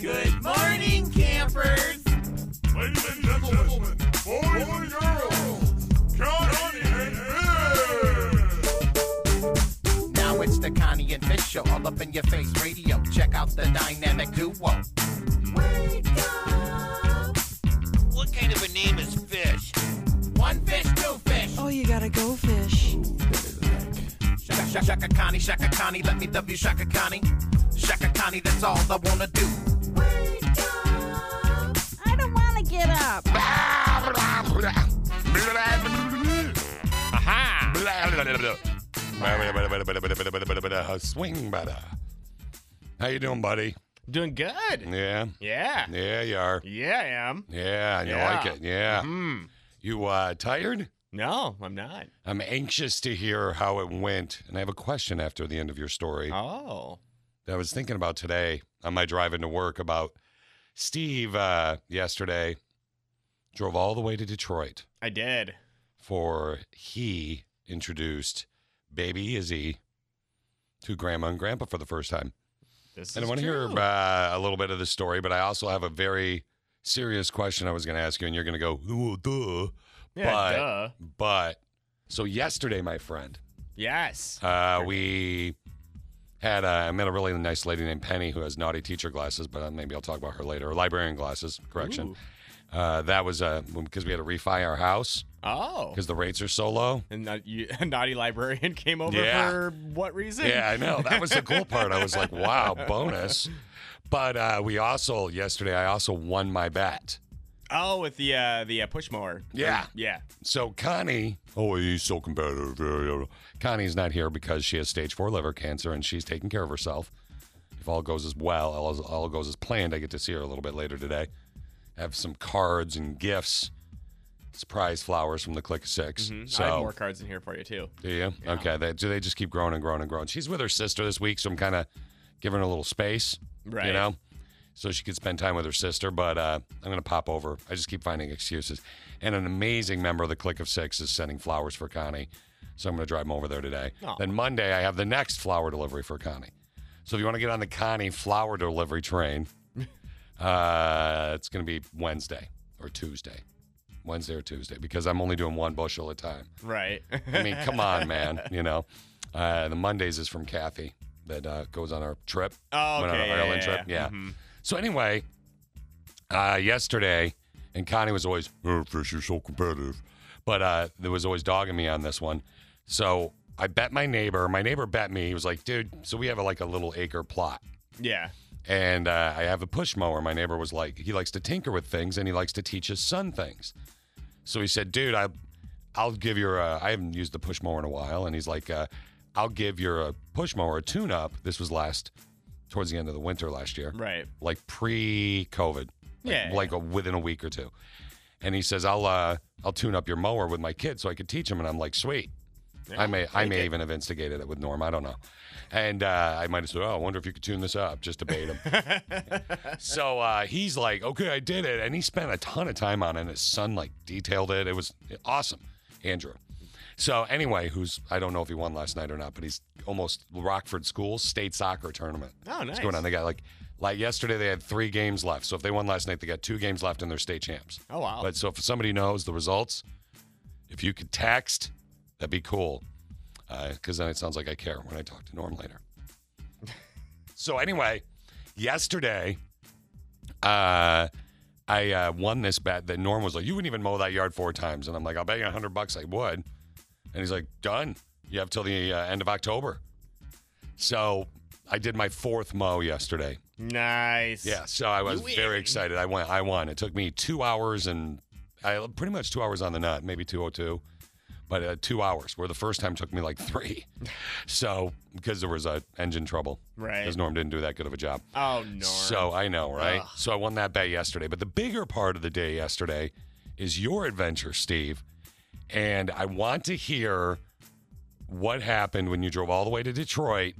Good morning, campers. Ladies and gentlemen, boys and girls, Johnny and Bill! Now it's the Connie and Fish show, all up in your face radio. Check out the dynamic duo. What kind of a name is Fish? One fish, two fish. Oh, you gotta go fish. Shaka, shaka, shaka Connie, shaka Connie, let me W shaka Connie. Shaka Connie, that's all I wanna do. I don't want to get up. Aha! Swing bada. How you doing, buddy? Doing good. Yeah, Yeah. yeah, you are. Yeah, I am. Yeah, you Yeah. like it. Yeah. Hmm. You uh, tired? No, I'm not. I'm anxious to hear how it went, and I have a question after the end of your story Oh. that I was thinking about today on my drive into work about Steve. Uh, yesterday, drove all the way to Detroit I did. for he introduced baby Izzy to grandma and grandpa for the first time. This And I is want to hear true. uh, a little bit of the story, but I also have a very serious question I was going to ask you, and you're going to go, "Ooh, duh. Yeah, but- duh. But so yesterday, my friend, Yes. uh, we had uh, I met a really nice lady named Penny who has naughty teacher glasses, but uh, maybe I'll talk about her later. Or librarian glasses, correction. Ooh. Uh, that was because we had to refi our house Oh. because the rates are so low. And that you, a naughty librarian came over Yeah. for what reason? Yeah, I know. That was the cool part. I was like, wow, bonus. But uh, we also yesterday, I also won my bet. Oh, with the uh, the uh, push mower. Yeah. Yeah. So Connie, oh, he's so competitive. Connie's not here because she has stage four liver cancer and she's taking care of herself. If all goes as well, all, all goes as planned, I get to see her a little bit later today. Have some cards and gifts, surprise flowers from the Click of 6 Mm-hmm. Mm-hmm. So I have more cards in here for you too. do you? Okay. They, do they just keep growing and growing and growing? She's with her sister this week, so I'm kind of giving her a little space. You Right. know? So she could spend time with her sister, but uh, I'm going to pop over. I just keep finding excuses. And an amazing member of the Click of Six is sending flowers for Connie. So I'm going to drive them over there today. Aw. Then Monday, I have the next flower delivery for Connie. So if you want to get on the Connie flower delivery train, uh, it's going to be Wednesday or Tuesday. Wednesday or Tuesday, because I'm only doing one bushel at a time. Right. I mean, come on, man. You know, uh, the Mondays is from Kathy that uh, goes on our trip. Oh, Went on okay. an Yeah, Ireland yeah, trip. Yeah. Mhm. So anyway, uh, yesterday, and Connie was always, oh, Fish, you're so competitive. But uh, there was always dogging me on this one. So I bet my neighbor, my neighbor bet me, he was like, dude, so we have a, like a little acre plot. Yeah. And uh, I have a push mower. My neighbor was like, he likes to tinker with things and he likes to teach his son things. So he said, dude, I, I'll give your, uh, I haven't used the push mower in a while. And he's like, uh, I'll give your uh, push mower a tune up. This was last, towards the end of the winter last year Right. like pre-COVID, like, Yeah. like a, within a week or two. And he says, "I'll uh, I'll tune up your mower with my kid so I could teach him." And I'm like, "Sweet." I may I may even have instigated it with Norm. I don't know. And uh, I might have said, "Oh, I wonder if you could tune this up," just to bait him. so uh, he's like, "Okay, I did it," and he spent a ton of time on it. And his son like detailed it. It was awesome, Andrew. So anyway, who's I don't know if he won last night or not, but he's almost Rockford School state soccer tournament. Oh, It's nice. going on. They got like like yesterday they had three games left. So if they won last night, they got two games left and they're state champs. Oh, wow. But so if somebody knows the results, if you could text, that'd be cool. Because then it sounds like I care when I talk to Norm later. so anyway, yesterday, uh, I uh, won this bet that Norm was like, "You wouldn't even mow that yard four times," and I'm like, "I'll bet you a hundred bucks I would." And he's like, "Done. You have till the uh, end of October." So I did my fourth mow yesterday. Nice. Yeah, so I was very excited. I went. I won. It took me two hours and I pretty much two hours on the nut, maybe two oh two, but uh, two hours. Where the first time took me like three. so because there was a engine trouble, Right. Because Norm didn't do that good of a job. Oh, Norm. So I know, right? Ugh. So I won that bet yesterday. But the bigger part of the day yesterday is your adventure, Steve. And I want to hear what happened when you drove all the way to Detroit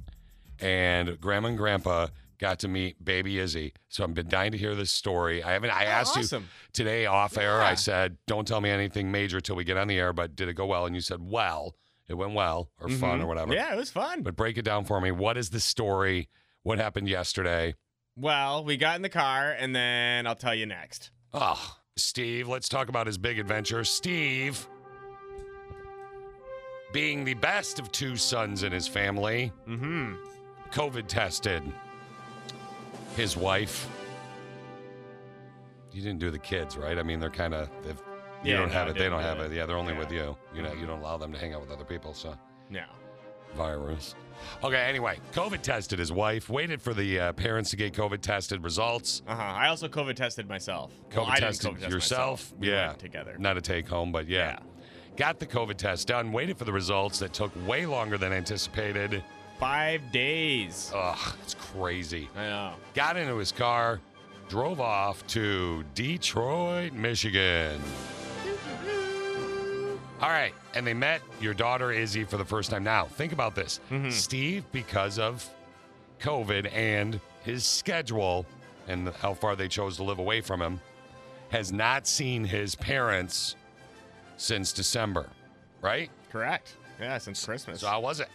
and grandma and grandpa Got to meet baby Izzy. So I've been dying to hear this story. I haven't. I asked Oh, awesome. you today off air. I Yeah. said, "Don't tell me anything major till we get on the air." But did it go well? And you said, "Well, it went well, or fun, or whatever." Mm-hmm. Yeah, it was fun. But break it down for me. What is the story? What happened yesterday? well, we got in the car, and then I'll tell you next. Oh, Steve, let's talk about his big adventure. Steve being the best of two sons in his family, Mm-hmm. COVID tested his wife. You didn't do the kids, right? I mean, they're kind of if you Yeah, don't no, have I it, they didn't don't do have that. it. Yeah, they're only Yeah. Mm-hmm. with you. You know, you don't allow them to hang out with other people, so No. virus. Okay, anyway, COVID tested his wife, waited for the uh, parents to get COVID tested results. Uh huh. I also COVID tested myself. COVID Well, I didn't tested COVID test yourself. myself. We yeah, went together. Not a take home, but yeah. Got the COVID test done. Waited for the results that took way longer than anticipated. Five days. Ugh, it's crazy. I know. Got into his car, drove off to Detroit, Michigan. All right, and they met your daughter Izzy for the first time. Now, think about this. Mhm. Steve, because of COVID and his schedule and how far they chose to live away from him, has not seen his parents since December, right? Correct. Yeah, since Christmas. So, how was it?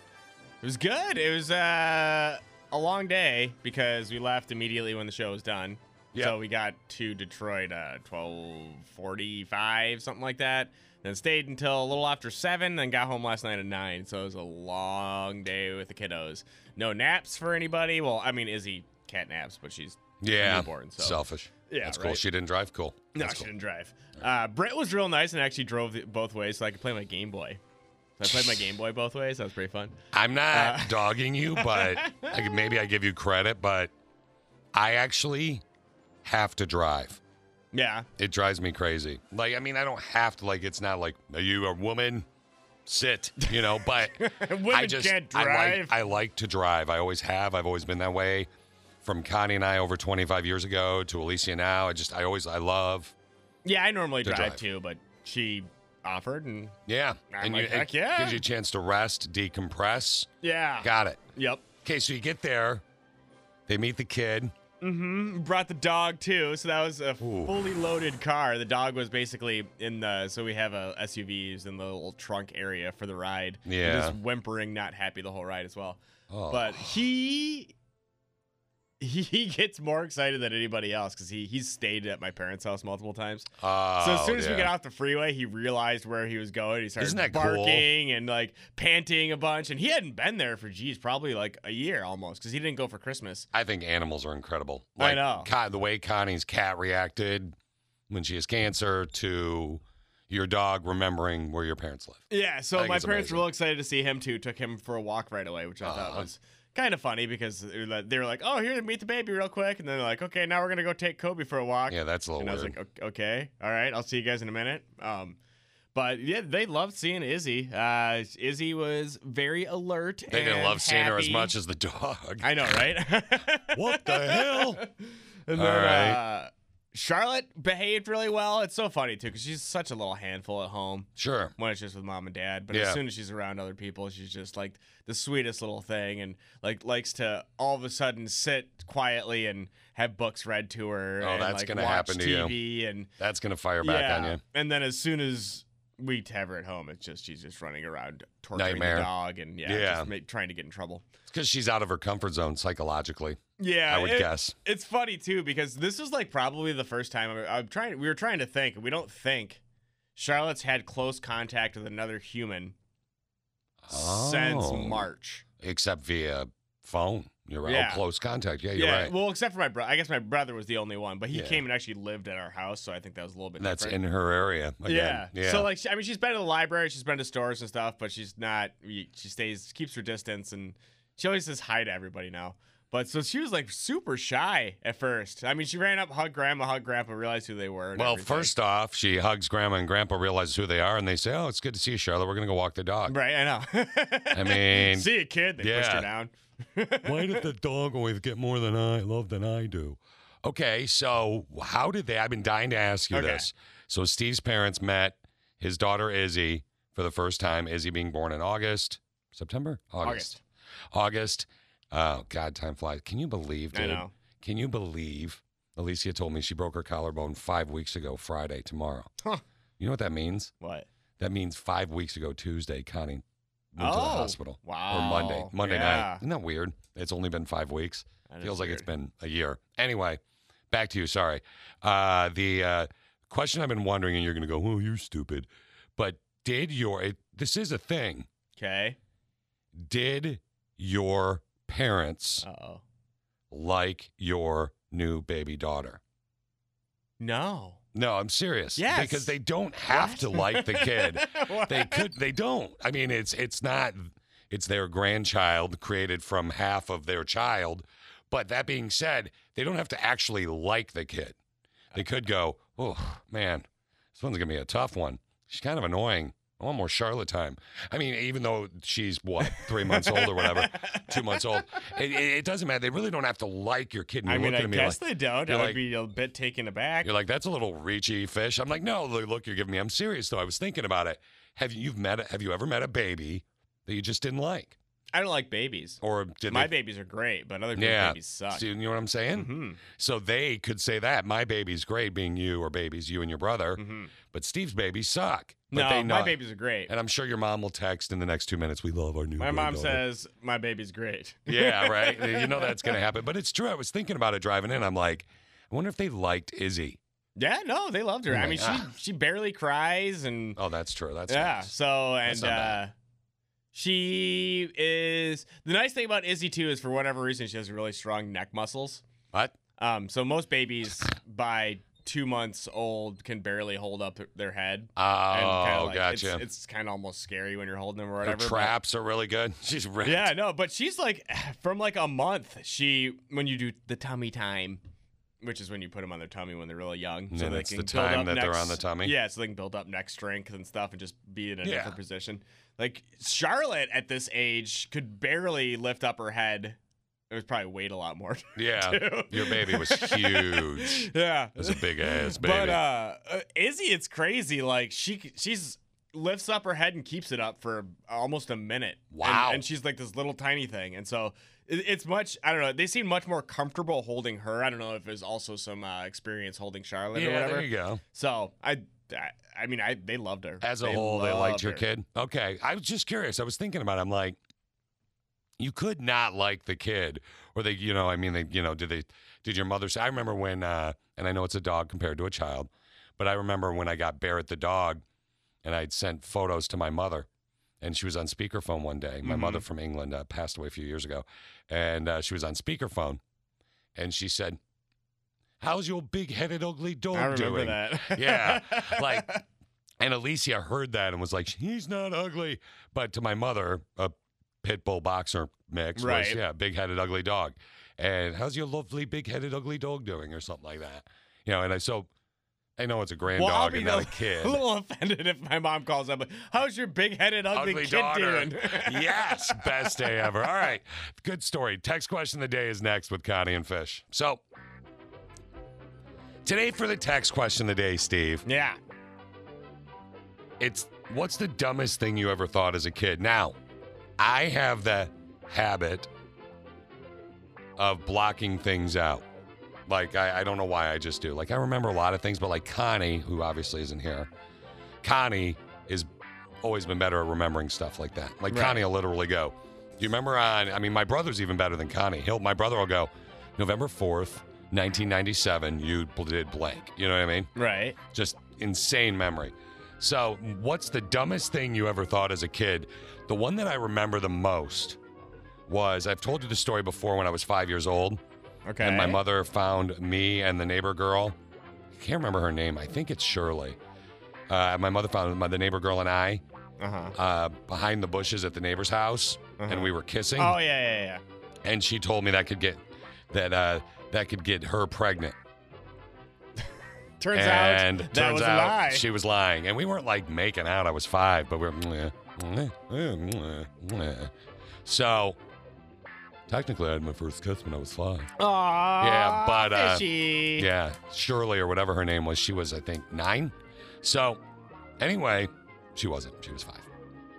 It was good. It was uh, a long day because we left immediately when the show was done. Yeah. So we got to Detroit uh, twelve forty-five, something like that. Then stayed until a little after seven, then got home last night at nine. So it was a long day with the kiddos. No naps for anybody. Well, I mean, Izzy cat naps, but she's Yeah. newborn. So Selfish. Yeah, That's cool. right. She didn't drive. Cool. no, That's she cool. didn't drive. Uh, Brett was real nice and actually drove the, both ways, so I could play my Game Boy. So I played my Game Boy both ways. That was pretty fun. I'm not Uh, dogging you, but I, could- maybe I give you credit, but I actually have to drive. Yeah. It drives me crazy. Like, I mean, I don't have to, like, it's not like, are you a woman? Sit, you know, but Women I just, can't I drive. like, I like to drive. I always have. I've always been that way. From Connie and I over 25 years ago to Alicia now, I just, I always, I love. Yeah, I normally to drive, drive. too, but she offered and Yeah. I'm you, like, heck it yeah. gives you a chance to rest, decompress. yeah. Got it. Yep. Okay, so you get there, they meet the kid. Mm-hmm. Brought the dog too, so that was a Ooh. fully loaded car. The dog was basically in the so we have a SUVs in the little trunk area for the ride. and Yeah. Just whimpering, not happy the whole ride as well. Oh. But he he gets more excited than anybody else because he he's stayed at my parents' house multiple times. So as Oh, soon as we yeah. got off the freeway, he realized where he was going. He started Isn't that cool? barking and like panting a bunch, and he hadn't been there for geez, probably like a year almost, because he didn't go for Christmas. I think animals are incredible. I Like, know. Con- the way Connie's cat reacted when she has cancer to your dog remembering where your parents live. Yeah, I so think my it's parents amazing. were real excited to see him too. Took him for a walk right away, which I thought Uh-huh. was kind of funny because they were like- they were like, "Oh, here, meet the baby real quick," and then they're like, "Okay, now we're gonna go take Kobe for a walk." Yeah, that's a little and I was weird. like, "O- okay, all right, I'll see you guys in a minute. Um, but yeah, they loved seeing Izzy. Uh, Izzy was very alert. they didn't and love seeing her as happy. much as the dog. I know, right? what the hell? And All then, right. uh, Charlotte behaved really well. It's so funny too because she's such a little handful at home Sure. when it's just with mom and dad. But Yeah. as soon as she's around other people, she's just like the sweetest little thing, and like likes to all of a sudden sit quietly and have books read to her. Oh, and, that's like, gonna watch happen to you. TV and That's going to fire back on you. and then as soon as we have her at home, it's just she's just running around torturing Nightmare. the dog and yeah, Yeah. just make, trying to get in trouble. It's because she's out of her comfort zone psychologically, Yeah, I would it- guess. It's funny too because this is like probably the first time I'm, I'm trying. We were trying to think. We don't think Charlotte's had close contact with another human since Oh. March. Except via phone. You're right. Oh, Yeah. close contact. Yeah, you're yeah, right. well, except for my brother. I guess my brother was the only one, but he Yeah. came and actually lived at our house, so I think that was a little bit. And that's different. in her area. Again. Yeah. So like, she, I mean, she's been to the library, she's been to stores and stuff, but she's not. She stays, keeps her distance, and she always says hi to everybody now. But so she was like super shy at first. I mean, she ran up, hugged grandma, hugged grandpa, realized who they were. and Well, everything. first off, she hugs grandma and grandpa realizes who they are and they say, Oh, it's good to see you, Charlotte. We're gonna go walk the dog. right? I know. I mean see a kid, they pushed yeah. her down. why did the dog always get more than I love than I do? Okay, so how did they I've been dying to ask you Okay. this. So Steve's parents met his daughter Izzy for the first time, Izzy being born in August. September? August. August. Oh God, time flies. Can you believe, I dude? know. Can you believe? Alicia told me she broke her collarbone five weeks ago, Friday, tomorrow. Huh. You know what that means? What? That means five weeks ago, Tuesday, Connie went to the Oh, hospital. Wow. Or Monday. Monday night. yeah. Isn't that weird? It's only been five weeks. That is Feels like it's weird. been a year. Anyway, back to you. Sorry. Uh, the uh, question I've been wondering, and you're going to go, "Oh, you're stupid," but did your it, this is a thing? Okay. Did your parents Uh oh. like your new baby daughter? No. No, I'm serious. Yes. because they don't have to like the kid. What? they could. They don't. I mean, it's it's not. It's their grandchild created from half of their child. But that being said, they don't have to actually like the kid. They could go, oh man, this one's gonna be a tough one. She's kind of annoying. I want more Charlotte time. I mean, even though she's what three months old or whatever, two months old, it, it, it doesn't matter. They really don't have to like your kid. And I you're mean, looking I at me guess like, they don't. I you're would like- be a bit taken aback. you're like, that's a little reachy fish. I'm like, no, look, look, you're giving me. I'm serious though. I was thinking about it. Have you you've met? a- Have you ever met a baby that you just didn't like, I don't like babies. or did My they? babies are great, but other people's Yeah. babies suck. See, you know what I'm saying? hmm So they could say that my baby's great, being you or babies, you and your brother. hmm But Steve's babies suck. But No, they my not. babies are great. And I'm sure your mom will text in the next two minutes. We love our new. My mom granddaughter." says my baby's great. Yeah, right. you know that's gonna happen. But it's true. I was thinking about it driving in. I'm like, I wonder if they liked Izzy. Yeah, no, they loved her. Oh I my mean, God. she she barely cries and Oh, that's true. That's yeah. nice. So That's and not uh, bad. she is the nice thing about Izzy too is for whatever reason she has really strong neck muscles. What? Um, so most babies by two months old can barely hold up their head. Oh, And kinda like- gotcha. It's, it's kind of almost scary when you're holding them or Her whatever. but- traps are really good. She's ripped. Yeah, no, but she's like from like a month. She when you do the tummy time, which is when you put them on their tummy when they're really young, And so then they it's can the build time up that they're neck- on the tummy? Yeah, so they can build up neck strength and stuff, and just be in a Yeah. different position. Like Charlotte at this age could barely lift up her head. It was probably weighed a lot more. Yeah. too. Your baby was huge. yeah, It was a big ass baby. but uh, uh, Izzy, it's crazy. Like she, c- she's lifts up her head and keeps it up for almost a minute. And- Wow. And, she's like this little tiny thing, and so it, it's much. I don't know. They seem much more comfortable holding her. I don't know if there's also some uh, experience holding Charlotte or yeah, whatever. there you go. So I, I, I mean, I they loved her As a whole, they liked loved your her. kid. Okay. I was just curious. I was thinking about it. I'm like, you could not like the kid. Or they, you know, I mean, they, you know, did they, did your mother say, I remember when, uh, and I know it's a dog compared to a child, but I remember when I got Barrett the dog and I'd sent photos to my mother and she was on speakerphone one day. My Mhm. mother from England uh, passed away a few years ago and uh, she was on speakerphone and she said, How's your big headed, ugly dog I remember doing? that. Yeah, like- And Alicia heard that and was like, "He's not ugly." But to my mother, a pit bull boxer mix was Right. yeah, big-headed ugly dog. And how's your lovely big-headed ugly dog doing, or something like that. You know, and I so I know it's a grand Well, I'll dog be and not a the- kid. a little offended if my mom calls up. like, How's your big-headed ugly, Ugly kid daughter. doing? yes, best day ever. All right, good story. Text question of the day is next with Connie and Fish. So today for the text question of the day, Steve. Yeah. it's what's the dumbest thing you ever thought as a kid? Now, I have the habit of blocking things out. Like, I, I don't know why I just do. Like, I remember a lot of things, but like Connie, who obviously isn't here, Connie is always been better at remembering stuff like that. Like, Right. Connie will literally go, Do you remember on, I mean, my brother's even better than Connie. He'll, my brother will go, November 4th, 1997, you bl- did blank. You know what I mean? Right. just insane memory. So, what's the dumbest thing you ever thought as a kid? The one that I remember the most was I've told you the story before when I was five years old, Okay. and my mother found me and the neighbor girl. I can't remember her name. I think it's Shirley. Uh, my mother found my, the neighbor girl and I Uh-huh. uh, behind the bushes at the neighbor's house, Uh-huh. and we were kissing. Oh yeah, yeah, yeah. And she told me that could get that uh, that could get her pregnant. Turns and out that turns was out a lie. she was lying. And we weren't like making out. I was five, but we were. "Mwah, mwah, mwah, mwah, mwah." So technically, I had my first kiss when I was five. Aw, Yeah, but, uh, fishy. Yeah, Shirley or whatever her name was. She was, I think, nine. So anyway, she wasn't. She was five.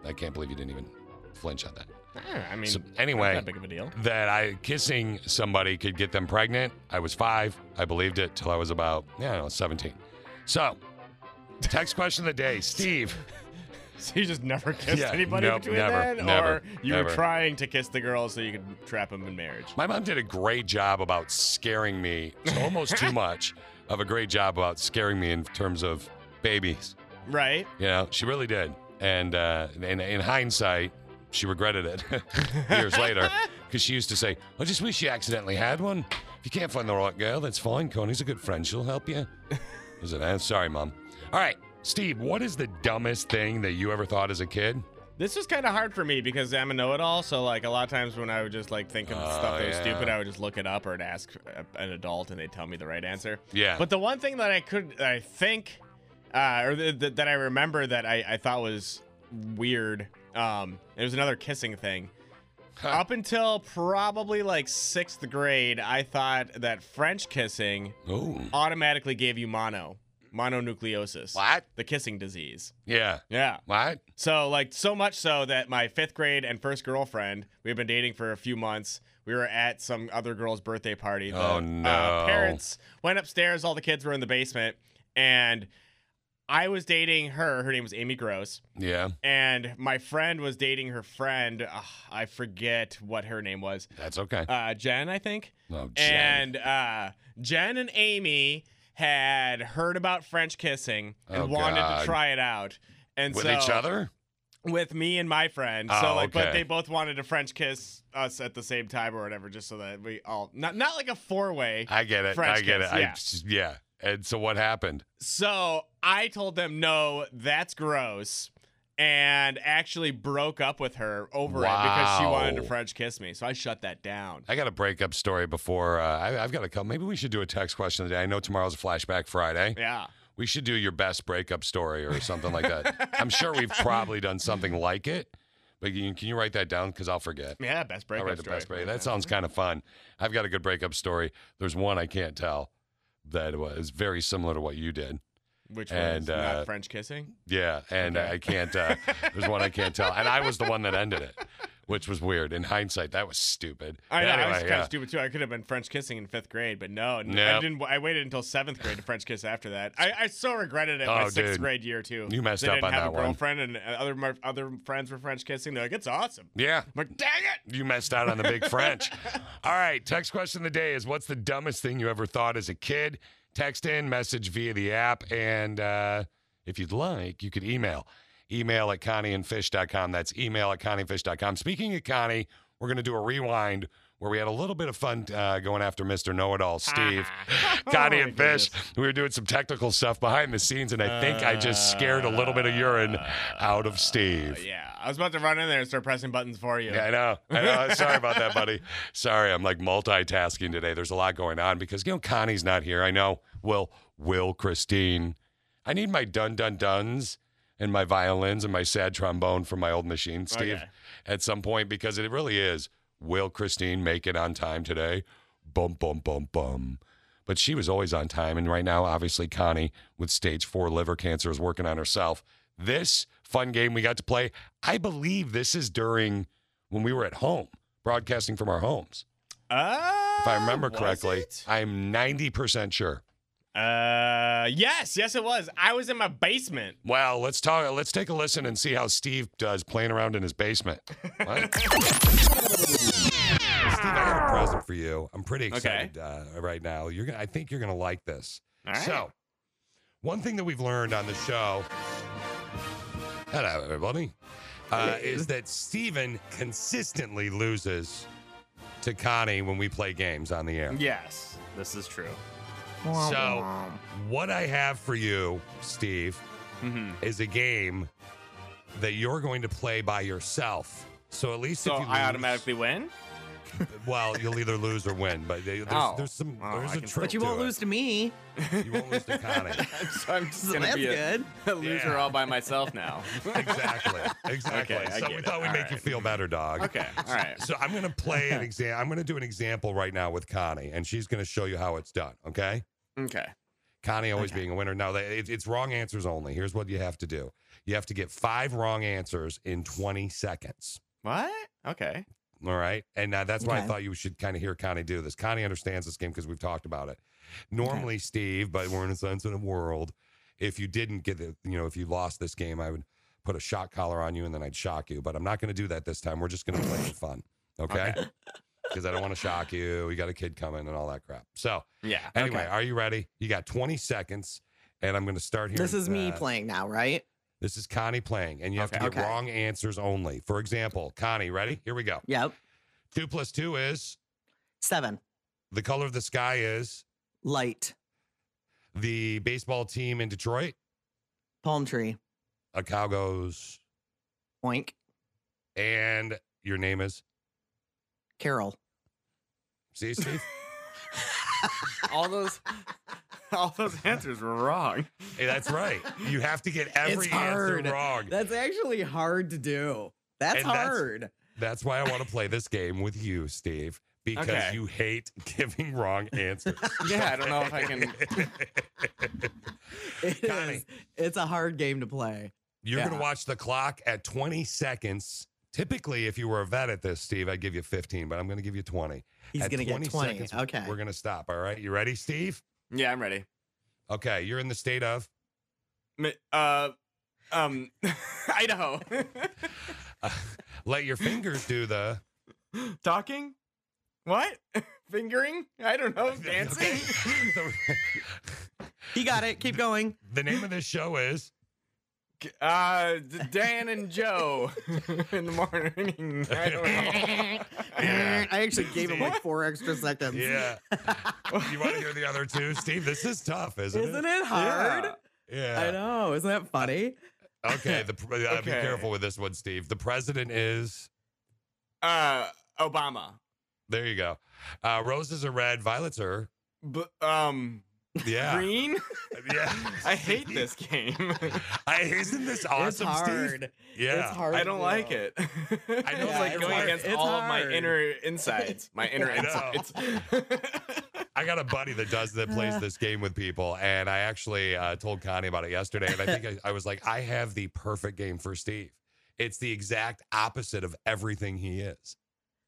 I can't believe you didn't even flinch on that. Yeah, Eh, I mean, So, not anyway. that big of a deal. that I kissing somebody could get them pregnant. I was five. I believed it till I was about yeah, I was seventeen. So, text question of the day, Steve. So you just never kissed Yeah, anybody nope, between never, then, never, or you never. were trying to kiss the girl so you could trap him in marriage. My mom did a great job about scaring me, It's almost too much of a great job about scaring me in terms of babies. Right? You know, she really did. And uh, in, in hindsight, she regretted it years later because she used to say, I just wish you accidentally had one. If you can't find the right girl, that's fine. Connie's a good friend. She'll help you. I said, "Eh, sorry, Mom. All right, Steve, what is the dumbest thing that you ever thought as a kid? This is kind of hard for me because I'm a know-it-all. So like a lot of times when I would just like think of Oh, stuff that was yeah. stupid, I would just look it up or I'd ask a- an adult and they'd tell me the right answer. Yeah. But the one thing that I could, that I think, uh, or th- th- that I remember that I, I thought was weird, um, it was another kissing thing. Up until probably like sixth grade, I thought that French kissing Oh, automatically gave you mono, mononucleosis, what? the kissing disease. Yeah. Yeah. What? So like so much so that my fifth grade and first girlfriend, we had been dating for a few months. We were at some other girl's birthday party. The, Oh, no. Uh, parents went upstairs. All the kids were in the basement, and I was dating her. Her name was Amy Gross, Yeah. and my friend was dating her friend. Ugh, I forget what her name was. That's okay. Uh, Jen, I think. oh, Jen. And uh, Jen and Amy had heard about French kissing and Oh, wanted God. to try it out. And With so, each other? with me and my friend. Oh, so like, but okay. they both wanted to French kiss us at the same time or whatever, just so that we all not not like a four way. I get it. French I get kiss, it. I yeah. just- yeah. And so what happened? So I told them no, that's gross. And actually broke up with her over it because she wanted to Wow. French kiss me. So I shut that down. I got a breakup story before. Uh, I, I've got a couple. Maybe we should do a text question today. I know tomorrow's a flashback Friday. Yeah. We should do your best breakup story or something like that. I'm sure we've probably done something like it, but can you, can you write that down? Because I'll forget. Yeah, best breakup I'll write the story. best break. That sounds kind of fun. I've got a good breakup story. There's one I can't tell that was very similar to what you did. Which and, was uh, not French kissing. Yeah, and Okay. I can't. Uh, there's one I can't tell, and I was the one that ended it, which was weird. In hindsight, that was stupid. I know, But I was anyway, kind yeah. of stupid too. I could have been French kissing in fifth grade, but no, n- Nope. I didn't. I waited until seventh grade to French kiss after that. I, I so regretted it Oh, my sixth dude. grade year too. You messed They up didn't on have that a one. girlfriend, and uh, other my other friends were French kissing. They're like, it's awesome. yeah. I'm like, dang it! You messed out on the big French. All right, text question of the day is what's the dumbest thing you ever thought as a kid? Text in, message via the app, and uh, if you'd like, you could email. Email at connieandfish.com. That's email at connieandfish.com. Speaking of Connie, we're going to do a rewind where we had a little bit of fun uh, going after Mr. Know It All, Steve. Connie Oh, and Fish, goodness. we were doing some technical stuff behind the scenes, and I think I just scared a little bit of urine out of Steve. But Uh, yeah, I was about to run in there and start pressing buttons for you. Yeah, I know. I know. Sorry about that, buddy. Sorry, I'm like multitasking today. There's a lot going on because you know Connie's not here. I know. Will, Will, Christine. I need my dun dun duns and my violins and my sad trombone from my old machine, Steve, Okay. at some point because it really is. Will Christine make it on time today? Bum bum bum bum. But she was always on time, and right now, obviously, Connie with stage four liver cancer is working on herself. This fun game we got to play. I believe this is during when we were at home broadcasting from our homes. Uh, If I remember was correctly, it? I'm 90% sure. Uh, yes, yes, it was. I was in my basement. Well, let's talk. Let's take a listen and see how Steve does playing around in his basement. What? Steve, I have a present for you. I'm pretty excited uh, right now. You're gonna. I think you're gonna like this. All right. So, one thing that we've learned on the show. Hello, everybody. Uh, is that Steven consistently loses to Connie when we play games on the air. Yes, this is true. So, what I have for you, Steve, Mhm. is a game that you're going to play by yourself. So at least So if you I lose- automatically win, well, you'll either lose or win. But they- there's, Oh. there's some Oh, there's I a can- but trick. But you to won't it. lose to me. You won't lose to Connie. so I'm just So gonna that's be a, good. a loser Yeah. all by myself now. exactly. Exactly. Okay, I so get we it. thought we'd All make you right. feel better, dog. okay, all right. So I'm gonna play an exam. I'm gonna do an example right now with Connie, and she's gonna show you how it's done. Okay. Okay, Connie always being a winner. No, they- it, it's wrong answers only. Here's what you have to do you have to get five wrong answers in 20 seconds. What? Okay. All right. And uh, that's why I Okay. thought you should kind of hear Connie do this. Connie understands this game because we've talked about it. Normally, Steve, but we're in a sensitive world. If you didn't get the, you know, if you lost this game, I would put a shock collar on you and then I'd shock you. But I'm not going to do that this time. We're just going to play for fun. Okay. Because I don't want to shock you. You got a kid coming and all that crap. So, Yeah. anyway, Okay. are you ready? You got 20 seconds and I'm going to start here. This is me playing. playing now, right? This is Connie playing, and you have Okay. to get Okay. wrong answers only. For example, Connie, ready? Here we go. Yep. Two plus two is Seven. the color of the sky is Light. the baseball team in Detroit. Palm tree. A cow goes, Oink. and your name is. Carol. See, Steve? All those, all those answers were wrong. Hey, that's right. You have to get every answer hard. wrong. That's actually hard to do. That's And that's- hard. That's why I want to play this game with you, Steve, because Okay. you hate giving wrong answers. Yeah, I don't know if I can. It Connie. is. It's a hard game to play. You're going Yeah. to watch the clock at 20 seconds. Typically, if you were a vet at this, Steve, I'd give you 15, but I'm going to give you 20. He's At gonna get 20 20. seconds, okay. We're going to stop. All right. You ready, Steve? Yeah, I'm ready. Okay. You're in the state of. Mi- Uh, um, Idaho. Uh, let your fingers do the. Talking? What? uh, Fingering? I don't know. Dancing? the, he got it. Keep going. the name of this show is. Uh, D- Dan and Joe in the morning. I don't Yeah. I actually gave him like Steve. four extra seconds. Yeah. you want to hear the other two, Steve? This is tough, isn't, Isn't it hard? Yeah. I know. Isn't that funny? Okay. The, pr- uh, Be Okay. careful with this one, Steve. The president is. know. Uh, Obama. There you go. Uh, roses are red, violets are. B- um, Yeah. green? Yeah. I hate this game. I, isn't this awesome, it's Steve? hard. Yeah. It's hard. I to don't do. like it. I know, it's Yeah, like it's going hard. against It's all of hard. my inner insides, my inner I know. insides. I got a buddy that does that plays this game with people, and I actually uh, told Connie about it yesterday, and I think I, I was like, I have the perfect game for Steve. It's the exact opposite of everything he is.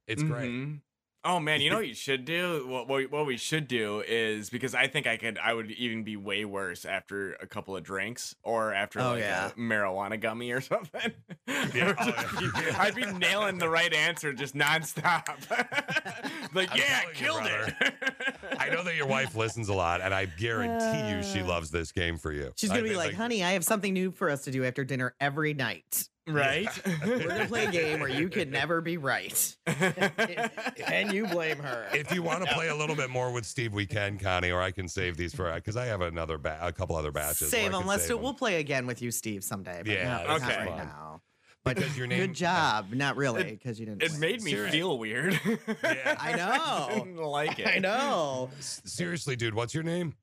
It's great. Mhm. Oh man, you know what you should do? What, what what we should do is because I think I could I would even be way worse after a couple of drinks or after Oh, like yeah. a marijuana gummy or something. Yeah, I would oh, just be- yeah. I'd be nailing the right answer just nonstop. like I'm yeah, telling you, killed it. I know that your wife listens a lot, and I guarantee you she loves this game for you. Uh. She's I gonna be think, like, "Honey, I have something new for us to do after dinner every night. right? We're gonna play a game where you can never be right." and you blame her. If you want to play a little bit more with Steve, we can, Connie, or I can save these for because I have another ba- a couple other batches. Save or I them. can Let's do. them. We'll play again with you, Steve, someday. But Yeah, not- that's not Okay. right fun. now. because your name. Good job. Not really, because you didn't. It play. made me Seriously. feel weird. Yeah. I know. didn't like it. I know. S- Seriously, dude, what's your name?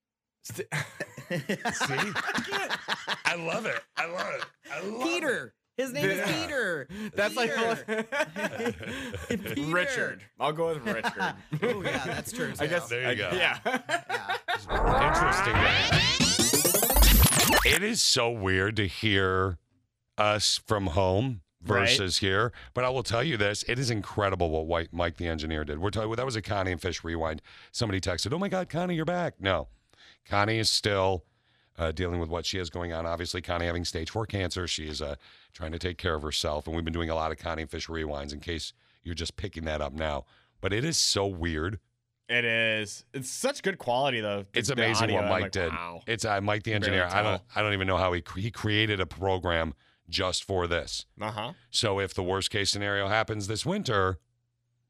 See, I love it. I love it. I love Peter. His name Yeah. is Peter. That's Peter. like Peter. Richard. I'll go with Richard. oh yeah, that's true. I too. guess There you I- go. Yeah. Yeah. it. Interesting. right? It is so weird to hear us from home versus here, but I will tell you this: it is incredible what White Mike the engineer did. We're talking that was a Connie and Fish rewind. Somebody texted, "Oh my God, Connie, you're back!" No, Connie is still. Uh, dealing with what she has going on. Obviously, Connie having stage four cancer. She's uh, trying to take care of herself. And we've been doing a lot of Connie and Fish rewinds in case you're just picking that up now. But it is so weird It is. It's such good quality though. It's The amazing audio, what I'm Mike like, did. wow. It's uh, Mike the Barely engineer. I don't tell. I don't even know how he cre- he created a program just for this. Uh Uh-huh. huh. So if the worst case scenario happens this winter,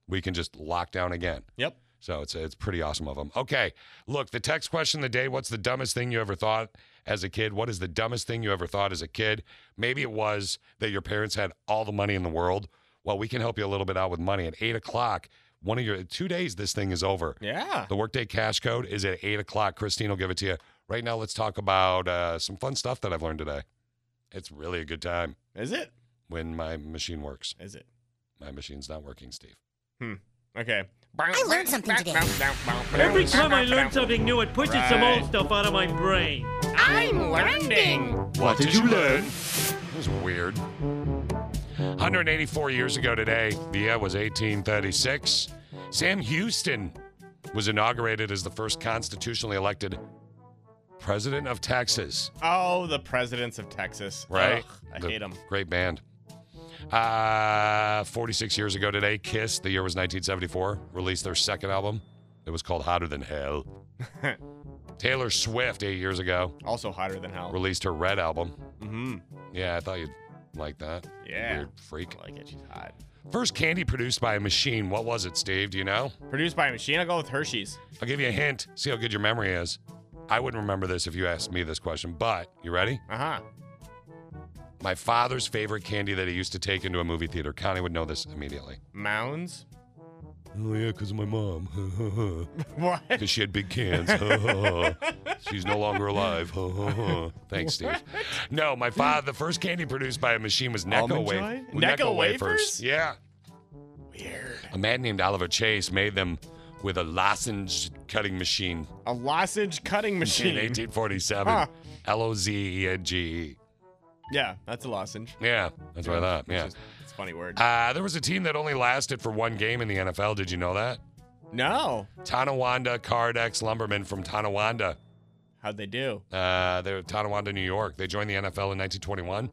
we can just lock down again. Yep. So it's it's pretty awesome of him. Okay, look the text question of the day. What's the dumbest thing you ever thought as a kid? What is the dumbest thing you ever thought as a kid? Maybe it was that your parents had all the money in the world. Well, we can help you a little bit out with money at eight o'clock. One of your two days, this thing is over. Ah. Yeah. The workday cash code is at eight o'clock. Christine will give it to you. Right now, let's talk about uh, some fun stuff that I've learned today. It's really a good time Is it? when my machine works. Is it? My machine's not working, Steve. Okay. I learned something today. Every time I learn something new, it pushes some old stuff out of my brain. I'm learning. What did you learn? It was weird. 184 years ago today, the year was 1836. Sam Houston was inaugurated as the first constitutionally elected president of Texas. Oh, the presidents of Texas. Right? Ugh, I The hate them. Great band. Uh, 46 years ago today, Kiss, the year was 1974, released their second album. It was called Hotter Than Hell. Taylor Swift, eight years ago, Also hotter than hell. released her Red album. Mm-hmm. Hmm. Yeah, I thought you'd like that. Yeah. Weird freak. I like it. She's hot. First candy produced by a machine. What was it, Steve? Do you know? Produced by a machine. I'll go with Hershey's. I'll give you a hint. See how good your memory is. I wouldn't remember this if you asked me this question, but you ready? Uh huh. My father's favorite candy that he used to take into a movie theater. Connie would know this immediately. Mounds. Oh, yeah, because of my mom. What? Because she had big cans. She's no longer alive. Thanks, Steve. No, my father, the first candy produced by a machine was Necco Almond wa- Joy? Necco Necco wafers. wafers? Yeah. Weird. A man named Oliver Chase made them with a lozenge cutting machine A lozenge cutting in machine. 1847. Huh. L O Z E N G E. yeah, that's a lozenge. Yeah, that's what I thought. It's Yeah. just- It's a funny word. Uh, there was a team that only lasted for one game in the NFL. Did you know that? no. Tonawanda Cardex Lumbermen from Tonawanda. How'd they do? Uh, they're Tonawanda, New York. They joined the NFL in 1921,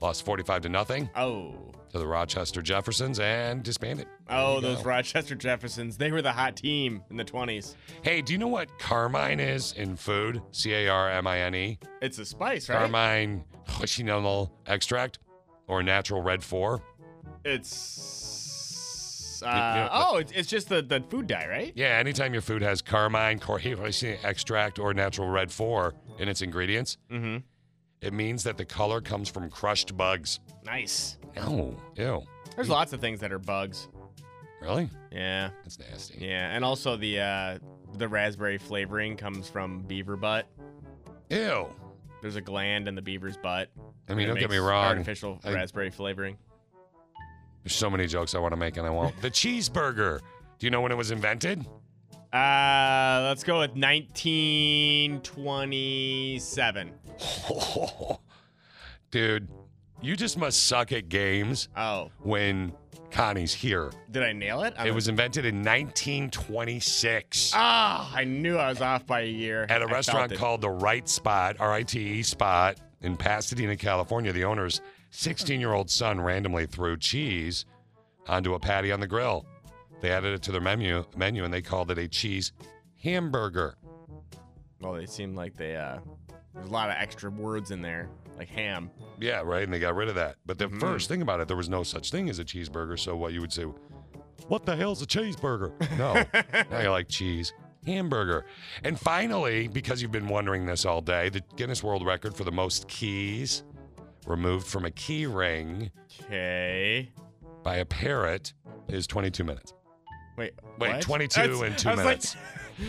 lost 45 to nothing Oh. to the Rochester Jeffersons, and disbanded. Oh, those Rochester Jeffersons. They were the hot team in the 20s. Hey, do you know what carmine is in food? C A R M I N E. It's a spice, right? Carmine Hoshinonal extract or natural red 4. It's. Uh, yeah, but- oh, it's, it's just the, the food dye, right? Yeah, anytime your food has carmine, corhoshin extract, or natural red 4 in its ingredients, Mm-hmm. it means that the color comes from crushed bugs. Nice. No. Ew. There's lots of things that are bugs. Really? Yeah, That's nasty. yeah, and also the uh, the raspberry flavoring comes from beaver butt. Ew. There's a gland in the beaver's butt. I mean, that don't get me makes wrong. Artificial I- raspberry flavoring. There's so many jokes I want to make and I won't. the cheeseburger. Do you know when it was invented? Uh, let's go with 1927. Dude, you just must suck at games Oh, when Connie's here. did I nail it? I'm It a- was invented in 1926 Ah, I knew I was off by a year. at I a felt restaurant it. called The Right Spot, R I T E Spot, in Pasadena, California. The owner's 16 year old son randomly threw cheese onto a patty on the grill. They added it to their menu, menu and they called it a cheese hamburger. Well, they seemed like they uh, there's a lot of extra words in there, like ham. Yeah, right. And they got rid of that. But the Mhm. first thing about it, there was no such thing as a cheeseburger. So what you would say, what the hell's a cheeseburger? No, now you like cheese hamburger. And finally, because you've been wondering this all day, the Guinness World Record for the most keys removed from a key ring Okay. by a parrot is 22 minutes. Wait. Wait, what? 22 That's- and two I was like, minutes.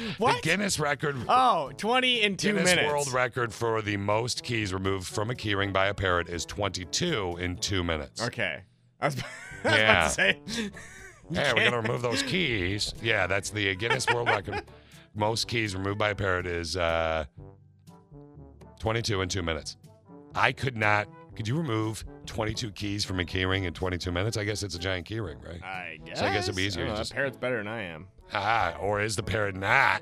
what? The Guinness record. Oh, 20 in two Guinness minutes. World Record for the most keys removed from a keyring by a parrot is 22 in two minutes. Okay. I was, Yeah. I was about to say. Hey, we're gonna remove those keys. Yeah, that's the Guinness World Record. Most keys removed by a parrot is uh, 22 in two minutes. I could not. Could you remove 22 keys from a keyring in 22 minutes? I guess it's a giant keyring, right? I guess. So I guess it'd be easier I don't to know, just- Oh, that parrot's better than I am. Ah, or is the parrot not?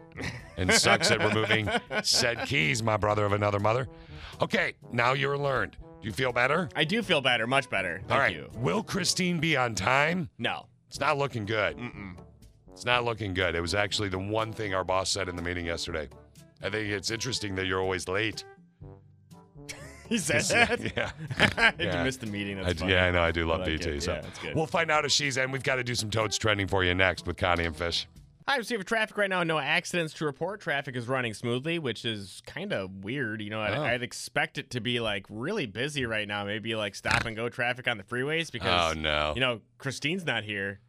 And sucks at removing said keys, my brother of another mother. Okay, now you're learned. Do you feel better? I do feel better, much better. Thank All right. you. Will Christine be on time? No. It's not looking good. Mm-mm. It's not looking good. It was actually the one thing our boss said in the meeting yesterday. I think it's interesting that you're always late. He said that? yeah. Did Yeah. you miss the meeting? I, That's d- funny. yeah, I know. I do love like BT. it. So Yeah, that's good. we'll find out if she's in. We've got to do some toads trending for you next with Connie and Fish. Hi, I'm Steve. Traffic right now, no accidents to report. Traffic is running smoothly, which is kind of weird. You know, I'd, Oh. I'd expect it to be like really busy right now. Maybe like stop and go traffic on the freeways because oh no. you know Christine's not here,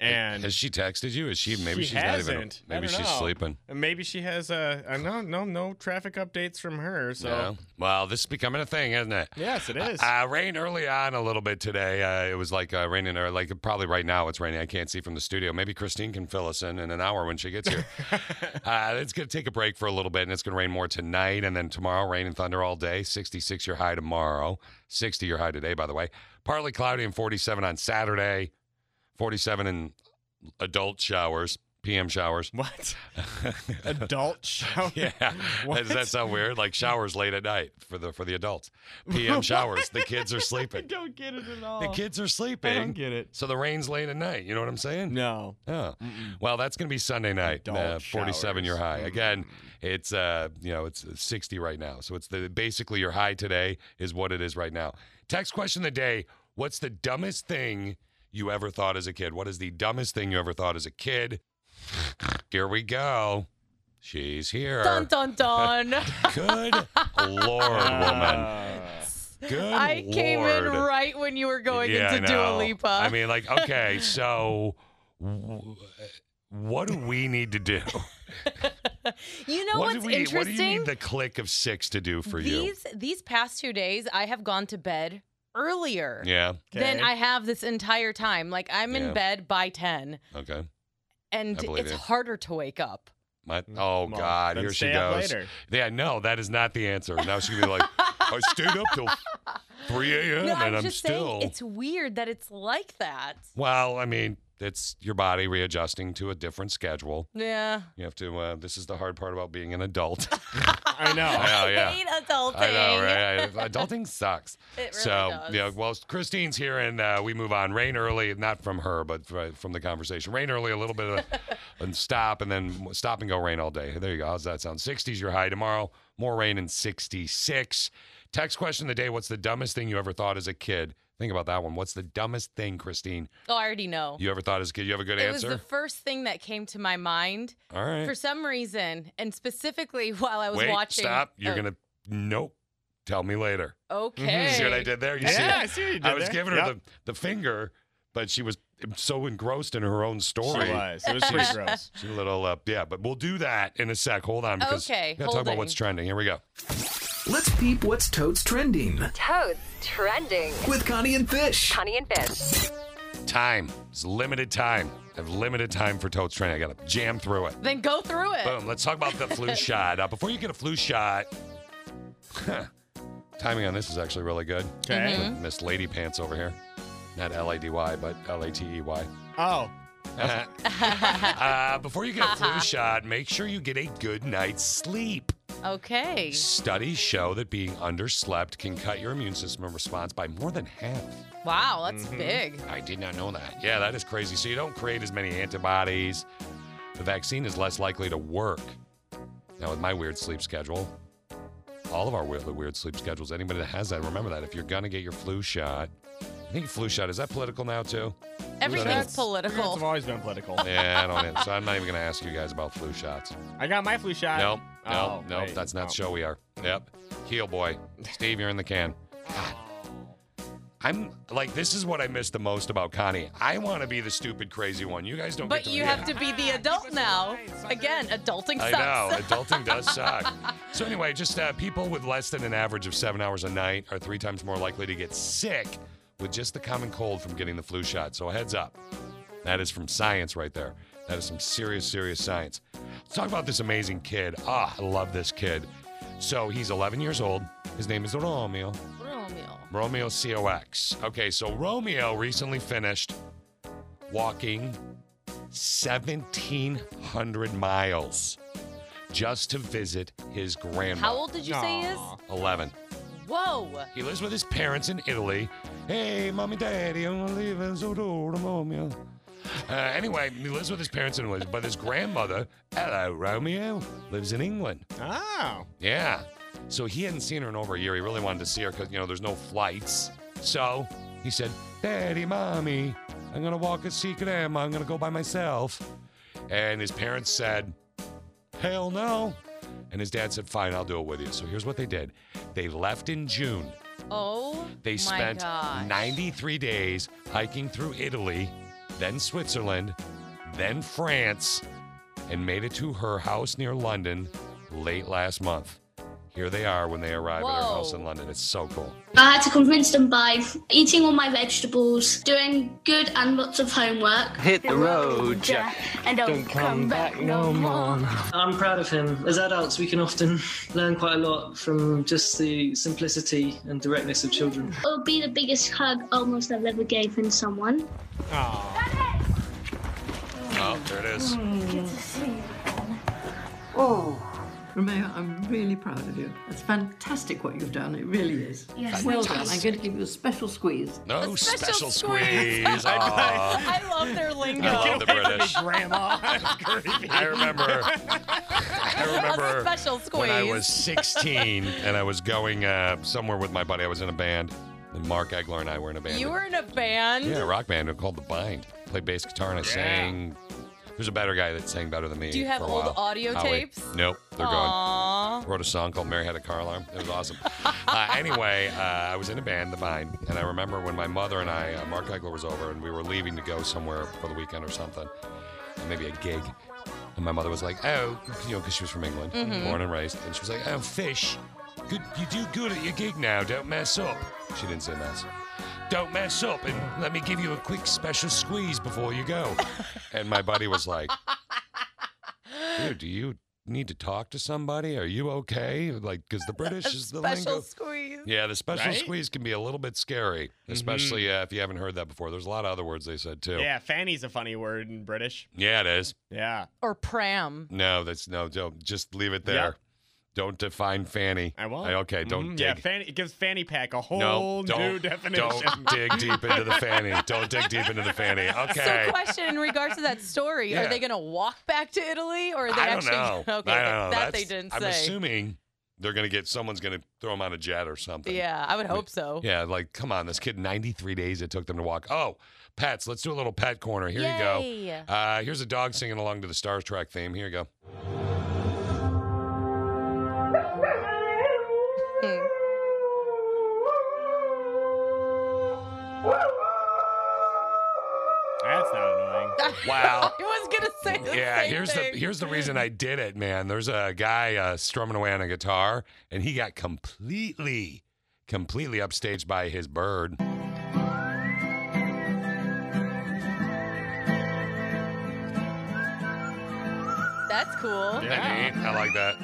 And Has she texted you? Is she maybe She she's not even hasn't. I maybe don't she's know. sleeping. maybe she has a, uh no no no traffic updates from her. So Yeah. Well, this is becoming a thing, isn't it? yes, it is. Uh, rain early on a little bit today. Uh, it was like uh, raining, or like probably right now it's raining. I can't see from the studio. Maybe Christine can fill us in in an hour when she gets here. uh, it's going to take a break for a little bit, and it's going to rain more tonight, and then tomorrow, rain and thunder all day. 66 your high tomorrow, 60 your high today, by the way. Partly cloudy and 47 on Saturday, 47 in adult showers, PM showers. what adult shower? Yeah, What? does that sound weird? Like showers late at night for the for the adults. PM showers, the kids are I sleeping. don't get it at all. The kids are sleeping. Oh. I don't get it. So the rain's late at night. You know what I'm saying? No. Oh. Well, that's going to be Sunday night. Adult 47 your high. showers. Again, it's uh, you know, it's 60 right now. So it's the basically your high today is what it is right now. Text question of the day, what's the dumbest thing you ever thought as a kid? What is the dumbest thing you ever thought as a kid? Here we go. She's here. Dun dun dun. Good lord, woman. Uh, Good I came in lord. right when you were going Yeah, into I Dua know. Lipa. I mean, like, okay, so w- what do we need to do? you know what what's do we, interesting? What do you need the click of six to do for you? these these past two days, I have gone to bed earlier Yeah. than Okay. I have this entire time. Like I'm Yeah. in bed by ten, Okay. and I believe it's you. harder to wake up. My, oh Mm, well, God, then here she stay up goes. later. Yeah, no, that is not the answer. Now she's gonna be like, I stayed up till 3 a.m. no, and I'm I'm just still. saying it's weird that it's like that. Well, I mean, it's your body readjusting to a different schedule. Yeah. You have to. Uh, this is the hard part about being an adult. I know. Oh, I yeah. hate adulting. I know, right? Adulting sucks. It really so, does. yeah, well, Christine's here, and uh, we move on. Rain early, not from her, but fr- from the conversation. Rain early, a little bit of and stop, and then stop and go rain all day. There you go. How's that sound? 60s your high tomorrow. More rain in 66. Text question of the day What's the dumbest thing you ever thought as a kid? Think about that one. What's the dumbest thing, Christine, Oh, I already know. you ever thought as a kid? You have a good it was answer? the first thing that came to my mind all right. for some reason, and specifically while I was Wait, watching. stop. You're oh, going to, nope. Tell me later. Okay. See what I did there? Mm-hmm. You see Yeah, I see what you did I was there. giving her Yep. the, the finger, but she was so engrossed in her own story. She was. It was pretty gross. She's a little up. Yeah, but we'll do that in a sec. Hold on. Because Okay, We gotta talk about holding. what's trending. Here we go. Let's peep what's toads trending Toads trending. with Connie and Fish. Connie and Fish. Time. It's limited time. I have limited time for Totes Trending. I got to jam through it. Then go through it. Boom. Let's talk about the flu shot. Uh, before you get a flu shot, huh, timing on this is actually really good. Okay. With Miss Lady Pants over here. Not L A D Y, but L A T E Y. Oh. uh, before you get a flu shot, make sure you get a good night's sleep. Okay. Studies show that being underslept can cut your immune system response by more than half. Wow, that's big. Mm-hmm. I did not know that. Yeah, that is crazy. So you don't create as many antibodies. The vaccine is less likely to work. Now, with my weird sleep schedule, all of our weird, weird sleep schedules, anybody that has that, remember that if you're going to get your flu shot, I think flu shot, is that political now too? Everything's That's- political. It's always been political. Yeah, I don't. so I'm not even going to ask you guys about flu shots. I got my flu shot. No, Oh, no, no. wait, That's not no. show we are. Yep. Heel boy. Steve, you're in the can. God. I'm like, this is what I miss the most about Connie. I want to be the stupid, crazy one. You guys don't But get to you be have to be the adult now. Again, adulting I sucks. know. Adulting does suck. So, anyway, just uh, people with less than an average of seven hours a night are three times more likely to get sick with just the common cold from getting the flu shot. So, heads up. That is from science right there. That is some serious, serious science. Let's talk about this amazing kid. Ah, I love this kid. So, he's 11 years old. His name is Romeo. Romeo. Romeo COX. Okay, so Romeo recently finished walking 1,700 miles just to visit his grandma. How old did you say he is? Aw. 11. Whoa. He lives with his parents in Italy. Hey, mommy, daddy, I'm gonna leave El Sodor to Romeo. Uh, anyway, he lives with his parents in Italy, but his grandmother, hello, Romeo, lives in England. Oh. Yeah. So he hadn't seen her in over a year. He really wanted to see her because, you know, there's no flights. So he said, Daddy, Mommy, I'm going to walk and see Grandma. I'm going to go by myself. And his parents said, Hell no. And his dad said, Fine, I'll do it with you. So here's what they did they left in June. Oh. They my spent gosh. 93 days hiking through Italy then Switzerland, then France, and made it to her house near London late last month. Here they are when they arrive at her Whoa. house in London. It's so cool. I had to convince them by eating all my vegetables, doing good and lots of homework. Hit the road, Jack, and um, don't, come back no more. I'm proud of him. As adults, we can often learn quite a lot from just the simplicity and directness of children. It would be the biggest hug almost I've ever given someone. Oh, there it is. Hmm. Oh. Romeo, I'm really proud of you. It's fantastic what you've done. It really is. Yes. Well done. I'm going to give you a special squeeze. No special, squeeze. Aw. I love their lingo. I love the British. grandma. I remember. I remember A special when I squeeze. was 16 and I was going uh, somewhere with my buddy. I was in a band, and Mark Egler and I were in a band. You were in a band. yeah, a rock band called The Bind. Played bass guitar and I sang. Who's a better guy that sang better than me? Do you have for a old while? audio Howie. tapes? Nope, they're Aw. gone. Wrote a song called "Mary Had a Car Alarm." It was awesome. uh, anyway, uh, I was in a band, The Bind, and I remember when my mother and I, uh, Mark Egler was over, and we were leaving to go somewhere for the weekend or something, and maybe a gig. And my mother was like, "Oh, you know, because she was from England, Mhm. born and raised," and she was like, "Oh, fish, good, you do good at your gig now. Don't mess up." She didn't say mess. Don't mess up, and let me give you a quick special squeeze before you go. and my buddy was like, dude, do you need to talk to somebody? Are you okay? Like, because the British is the Special lingo. squeeze. Yeah, the special Right? Mm-hmm. squeeze can be a little bit scary, especially uh, if you haven't heard that before. There's a lot of other words they said too. Yeah, fanny's a funny word in British. Yeah, it is. Yeah. Or pram. No, that's no. Don't just leave it there. Don't define fanny. I won't. okay, don't Mhm. dig. Yeah, fanny, it gives fanny pack a whole no, don't, new definition. Don't dig deep into the fanny. Don't dig deep into the fanny. Okay. So, question in regards to that story: Yeah. Are they going to walk back to Italy, or are they I don't actually? know. Okay, I don't that know. That's- they didn't I'm say. assuming they're gonna get someone's gonna throw them on a jet or something. Yeah, I would hope so. Yeah, like come on, this kid 93 days it took them to walk. Oh, pets, let's do a little pet corner. Here Yay. you go. Uh, here's a dog singing along to the Star Trek theme. Here you go. Hmm. That's not annoying. Wow. I was gonna say the Yeah, same here's thing. the here's the reason I did it, man. There's a guy uh, strumming away on a guitar, and he got completely, completely upstaged by his bird. That's cool. That neat. I like that.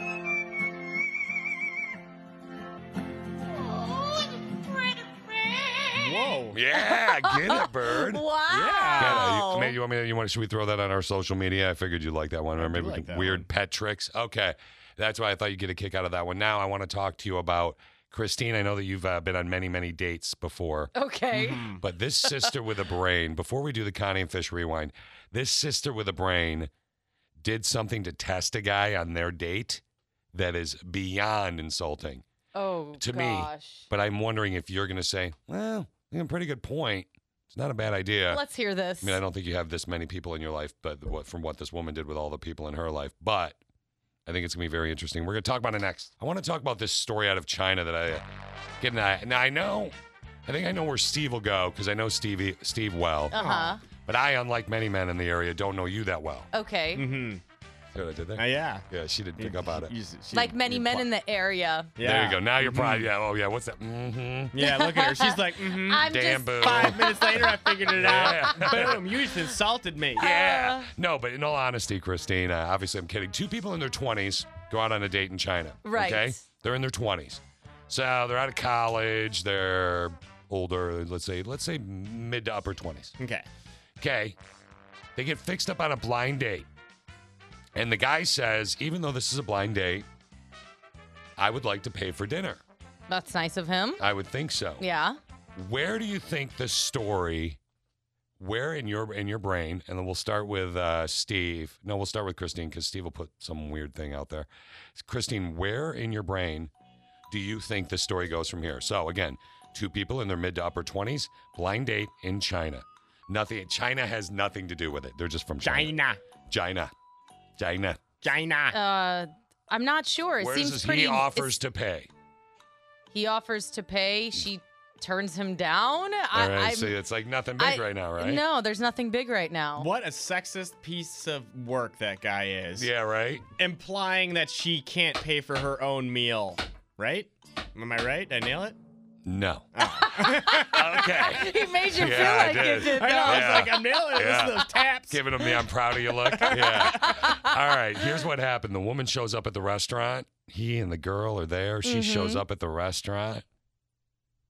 Whoa. Yeah, get it, bird. Yeah, Wow. you, maybe you want me? You want? Should we throw that on our social media? I figured you would like that one. Or maybe we like can that weird pet tricks. Okay, that's why I thought you'd get a kick out of that one. Now I want to talk to you about Christine. I know that you've uh, been on many, many dates before. Okay. But this sister with a brain, before we do the Connie and Fish rewind, this sister with a brain did something to test a guy on their date that is beyond insulting Oh to me. gosh. But I'm wondering if you're going to say, well, you have a pretty good point. It's not a bad idea. Let's hear this. I mean, I don't think you have this many people in your life, but what, from what this woman did with all the people in her life, but I think it's going to be very interesting. We're going to talk about it next. I want to talk about this story out of China that I get an eye. Now I know, I think I know where Steve will go because I know Stevie Steve well. Uh huh. Uh-huh. But I, unlike many men in the area, don't know you that well. Okay. Mm-hmm. Uh, See what I did there? yeah. Yeah, she didn't pick up on it. like many men in the area. There you go. Now you're probably yeah. Oh yeah. What's that? Mm-hmm. Mm-hmm. Yeah, look at her. She's like, mm-hmm. I'm Damn just boo. Five minutes later, I figured it Yeah. out. Boom, you just insulted me. Yeah. No, but in all honesty, Christine, uh, obviously I'm kidding. Two people in their 20s go out on a date in China. Right. Okay. They're in their 20s. So they're out of college. They're older. Let's say, let's say mid to upper 20s. Okay. Okay. They get fixed up on a blind date. And the guy says, even though this is a blind date, I would like to pay for dinner. That's nice of him. I would think so. Yeah. Where do you think the story? Where in your in your brain? And then we'll start with uh, Steve. No, we'll start with Christine because Steve will put some weird thing out there. Christine, where in your brain do you think the story goes from here? So again, two people in their mid to upper twenties, blind date in China. Nothing. China has nothing to do with it. They're just from China. China. China. China. Uh, I'm not sure. It Ah. Where seems does pretty. he it's- offers to pay? He offers to pay. She turns him down. All right, I, see, I'm- it's like nothing big I- right now, right? No, there's nothing big right now. What a sexist piece of work that guy is. Yeah, right? Implying that she can't pay for her own meal, right? Am I right? Did I nail it? No. okay. he made you Yeah, I feel like did. you did. I know, I was though. like, I'm nailing it. This is Yeah. the taps. Giving him the I'm proud of you look. Yeah. All right. Here's what happened. The woman shows up at the restaurant. He and the girl are there. She shows Mhm. up at the restaurant.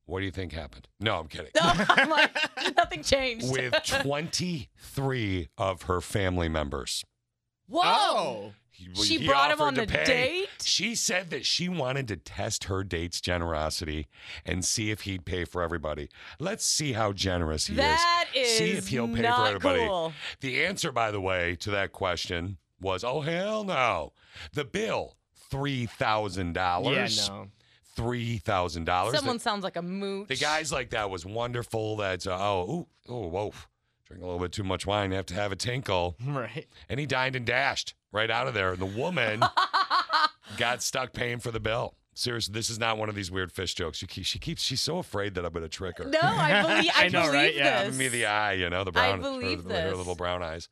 What do you think happened? No, I'm kidding. I'm like, nothing changed. With 23 of her family members. Whoa. Oh. He- She he brought him offered on to the pay. date? She said that she wanted to test her date's generosity and see if he'd pay for everybody. Let's see how generous he That See is if he'll pay for not everybody. cool. The answer, by the way, to that question was, "Oh hell no." The bill, three thousand dollars. Yeah, no. Three thousand dollars. Someone sounds like a moot. The guys like that was wonderful. That's uh, oh ooh, oh whoa, drink a little bit too much wine, have to have a tinkle. Right. And he dined and dashed right out of there. And the woman got stuck paying for the bill. Seriously, this is not one of these weird fish jokes. She keeps, she keeps she's so afraid that I'm going to trick her. No, I believe- I I know, believe right? Yeah. Giving me the eye, you know, the brown, I believe her, her this. little brown eyes.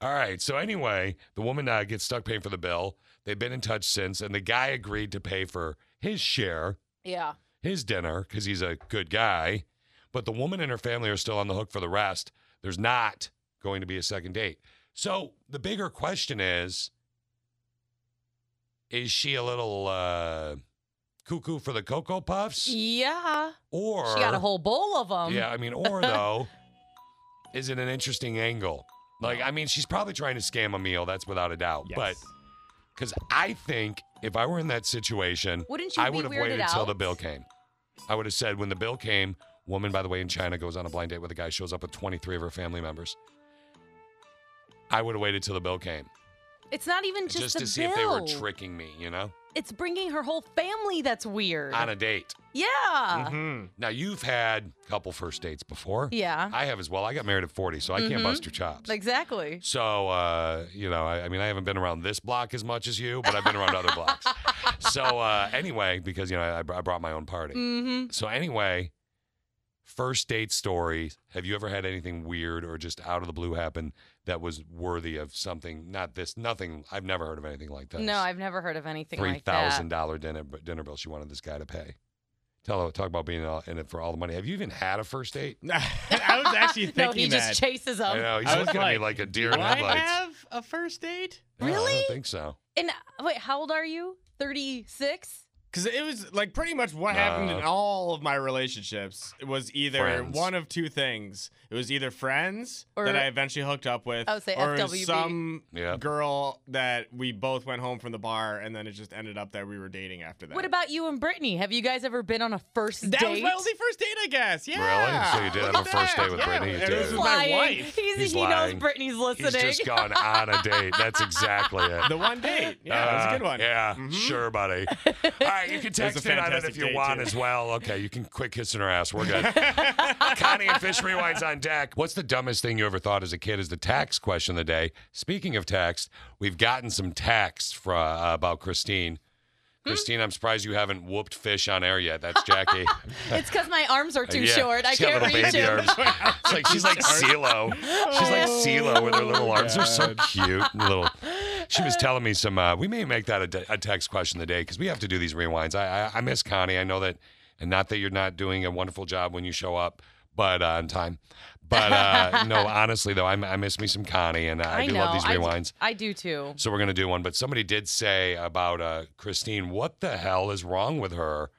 All right. So anyway, the woman uh, gets stuck paying for the bill. They've been in touch since, and the guy agreed to pay for his share Yeah. his dinner because he's a good guy, but the woman and her family are still on the hook for the rest. There's not going to be a second date. So the bigger question is is she a little uh, cuckoo for the Cocoa Puffs? Yeah. Or she got a whole bowl of them. yeah, I mean, or though, is it an interesting angle? Like, I mean, she's probably trying to scam a meal. That's without a doubt. But because I think if I were in that situation, Wouldn't you I be would have weirded waited till out? the bill came. I would have said when the bill came, woman, by the way, in China goes on a blind date with a guy, shows up with 23 of her family members. I would have waited till the bill came It's not even just, just the to see bill. if they were tricking me, you know, It's bringing her whole family. That's weird. on a Mm-hmm. date. yeah. Now you've had a couple first dates before. Yeah. I have as well. I got married at 40, so I can't Mhm. bust your chops. Exactly. So, uh, you know, I, I mean, I haven't been around this block as much as you, but I've been around other blocks. So, uh, anyway, because, you know, I, br- I brought my own party. Mhm. So, anyway, first date story. Have you ever had anything weird or just out of the blue happen that was worthy of something? Not this, nothing. I've never heard of anything like that. No, I've never heard of anything like that. $3,000 dinner, dinner bill she wanted this guy to pay. Tell her, talk about being all- in it for all the money. Have you even had a first date? I was actually thinking no, he that. just chases them. I know. He's I was looking at me like like, a deer Do in I headlights. have a first date? No, I don't think so. And uh, wait, how old are you? Thirty-six. Because it was like pretty much what happened in No. all of my relationships. It was either Friends. one of two things. It was either friends Or- that I eventually hooked up with, I would say or it was FWB. some Yeah. girl that we both went home from the bar, and then it just ended up that we were dating after that. What about you and Brittany? Have you guys ever been on a first that date? was my only first date, I guess. Yeah. Really? So you did have a first date with Brittany? You and this did. is my Lying. wife. He's- He's he lying. knows Brittany's He's listening. just gone on a date. That's exactly it. The one date. Yeah, that was a Uh, good one. Mm-hmm. Yeah, sure, buddy. All right, you can It was a text in on it fantastic if you date, want too. as well. Okay, you can quit kissing her ass. We're good. Connie and Fish Rewinds on deck. What's the dumbest thing you ever thought as a kid is the tax question of the day. Speaking of tax, we've gotten some tax fra- uh, about Christine. Christine, I'm surprised you haven't whooped fish on air yet. That's Jackie. Uh, It's because my arms are too Yeah, short. I she had can't little reach baby him. arms. It's like she's like CeeLo. She's like Oh. CeeLo with her little arms. They're so cute. and Little. She was telling me some. Uh, we may make that a, de- a text question of the day because we have to do these rewinds. I, I I miss Connie. I know that, and not that you're not doing a wonderful job when you show up, but uh, on time. But uh, no, honestly though, I, I miss me some Connie, and uh, I, I do know. love these I d- rewinds. I do too. So we're gonna do one. But somebody did say about uh, Christine, what the hell is wrong with her?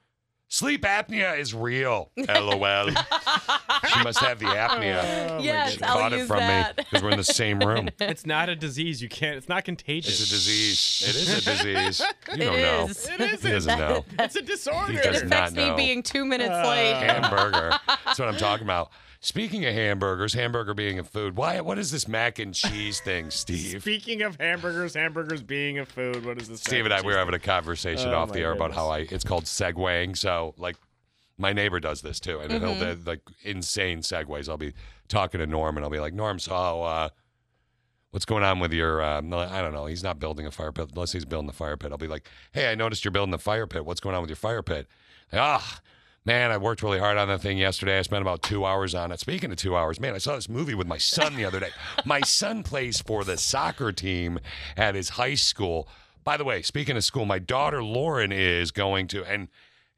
Sleep apnea is real. LOL. she must have the apnea. Yes, she I'll caught it use from that. me because we're in the same room. It's not a disease. You can't. It's not contagious. It's a disease. It is a disease. You don't know. is. It He doesn't know. It's a disorder. He does it not affects me know. being two minutes Uh, late. hamburger. That's what I'm talking about. Speaking of hamburgers, hamburger being a food. Why? What is this mac and cheese thing, Steve? Speaking of hamburgers, hamburgers being a food, what is this? Steve and I, we were having a conversation Oh, off the my air about how I it's called segueing. So like, my neighbor does this too, and he'll Mhm. do like insane segues. I'll be talking to Norm, and I'll be like, Norm, so uh, what's going on with your? Um, I don't know. He's not building a fire pit unless he's building the fire pit. I'll be like, Hey, I noticed you're building the fire pit. What's going on with your fire pit? Ah. Man, I worked really hard on that thing yesterday. I spent about two hours on it. Speaking of two hours, man, I saw this movie with my son the other day. my son plays for the soccer team at his high school. By the way, speaking of school, my daughter Lauren is going to, and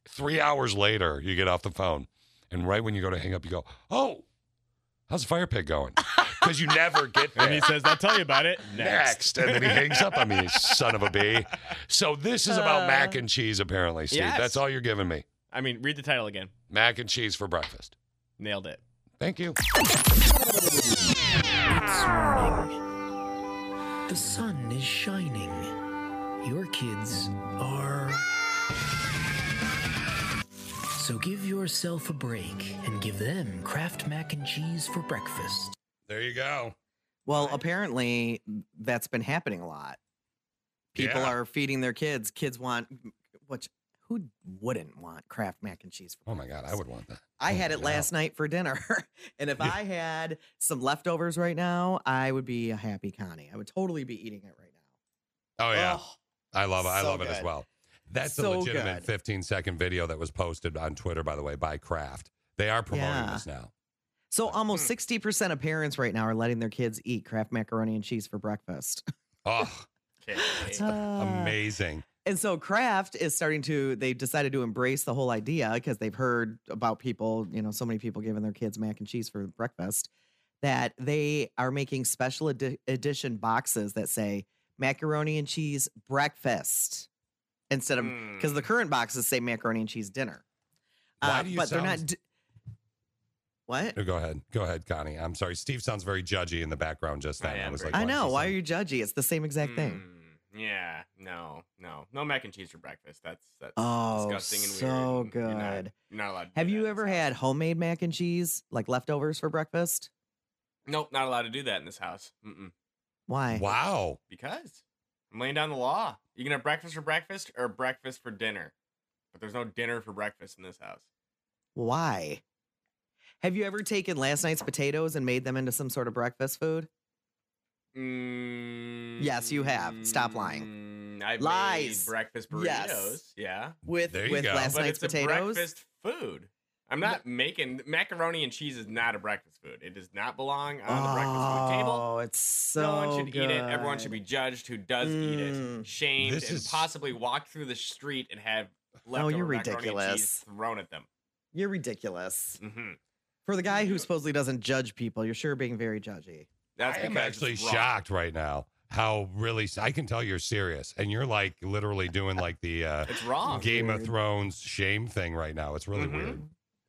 three hours later, you get off the phone. And right when you go to hang up, you go, Oh, how's the fire pit going? Because you never get there. And he says, I'll tell you about it next. And then he hangs up on me, you son of a bee. So this is about Uh, mac and cheese, apparently, Steve. yes. That's all you're giving me. I mean, read the title again. Mac and cheese for breakfast. Nailed it. Thank you. The sun is shining. Your kids are. So give yourself a break and give them Kraft mac and cheese for breakfast. There you go. Well, apparently that's been happening a lot. People Yeah. are feeding their kids. Kids want which who wouldn't want Kraft mac and cheese? For Oh my god, I would want that. I Oh had my it God. last night for dinner, and if I had some leftovers right now, I would be a happy Connie. I would totally be eating it right Oh yeah, I love it. I so love it as good. well. That's a So legitimate good. 15 second video that was posted on Twitter, by the way, by Kraft. They are promoting Yeah. this now. So Mm. almost sixty percent of parents right now are letting their kids eat Kraft macaroni and cheese for breakfast. Oh, Ah. amazing. And so Kraft is starting to they decided to embrace the whole idea because they've heard about people, you know, so many people giving their kids mac and cheese for breakfast that they are making special edi- edition boxes that say macaroni and cheese breakfast instead of because the current boxes say macaroni and cheese dinner. Mm. Uh, Why do you but they're not sound- d- What? No, go ahead. Go ahead, Connie. I'm sorry. Steve sounds very judgy in the background just then. I, was like, I why is he know. so- Why are you judgy? It's the same exact Mm. thing. Yeah, no, no, no mac and cheese for breakfast. That's that's Oh, disgusting and so weird. and You're not, good. you're not allowed. Have you ever had homemade mac and cheese, like leftovers for breakfast? Nope, not allowed to do that in this house. Mm-mm. Why? Wow. Because I'm laying down the law. You can have breakfast for breakfast or breakfast for dinner, but there's no dinner for breakfast in this house. Why? Have you ever taken last night's potatoes and made them into some sort of breakfast food? Yes, you have. Stop lying. Mm, I've Lies. made breakfast burritos. Yes. Yeah, With- There you with go. last But night's it's a potatoes? breakfast food. I'm not making macaroni and cheese is not a breakfast food. It does not belong Mm, on the breakfast food table. Oh, it's so no one should eat it. Everyone good. Mm. should be judged who does eat it, shamed, This and is- possibly walk through the street and have No, leftover you're macaroni and Oh, ridiculous. cheese thrown at them. You're ridiculous. Mm-hmm. For the guy who supposedly doesn't judge people, you're sure being very judgy. That's I am because actually it's wrong. shocked right now how really I can tell you're serious and you're like literally doing like the uh, It's wrong. Game of Thrones shame thing right now. It's really weird.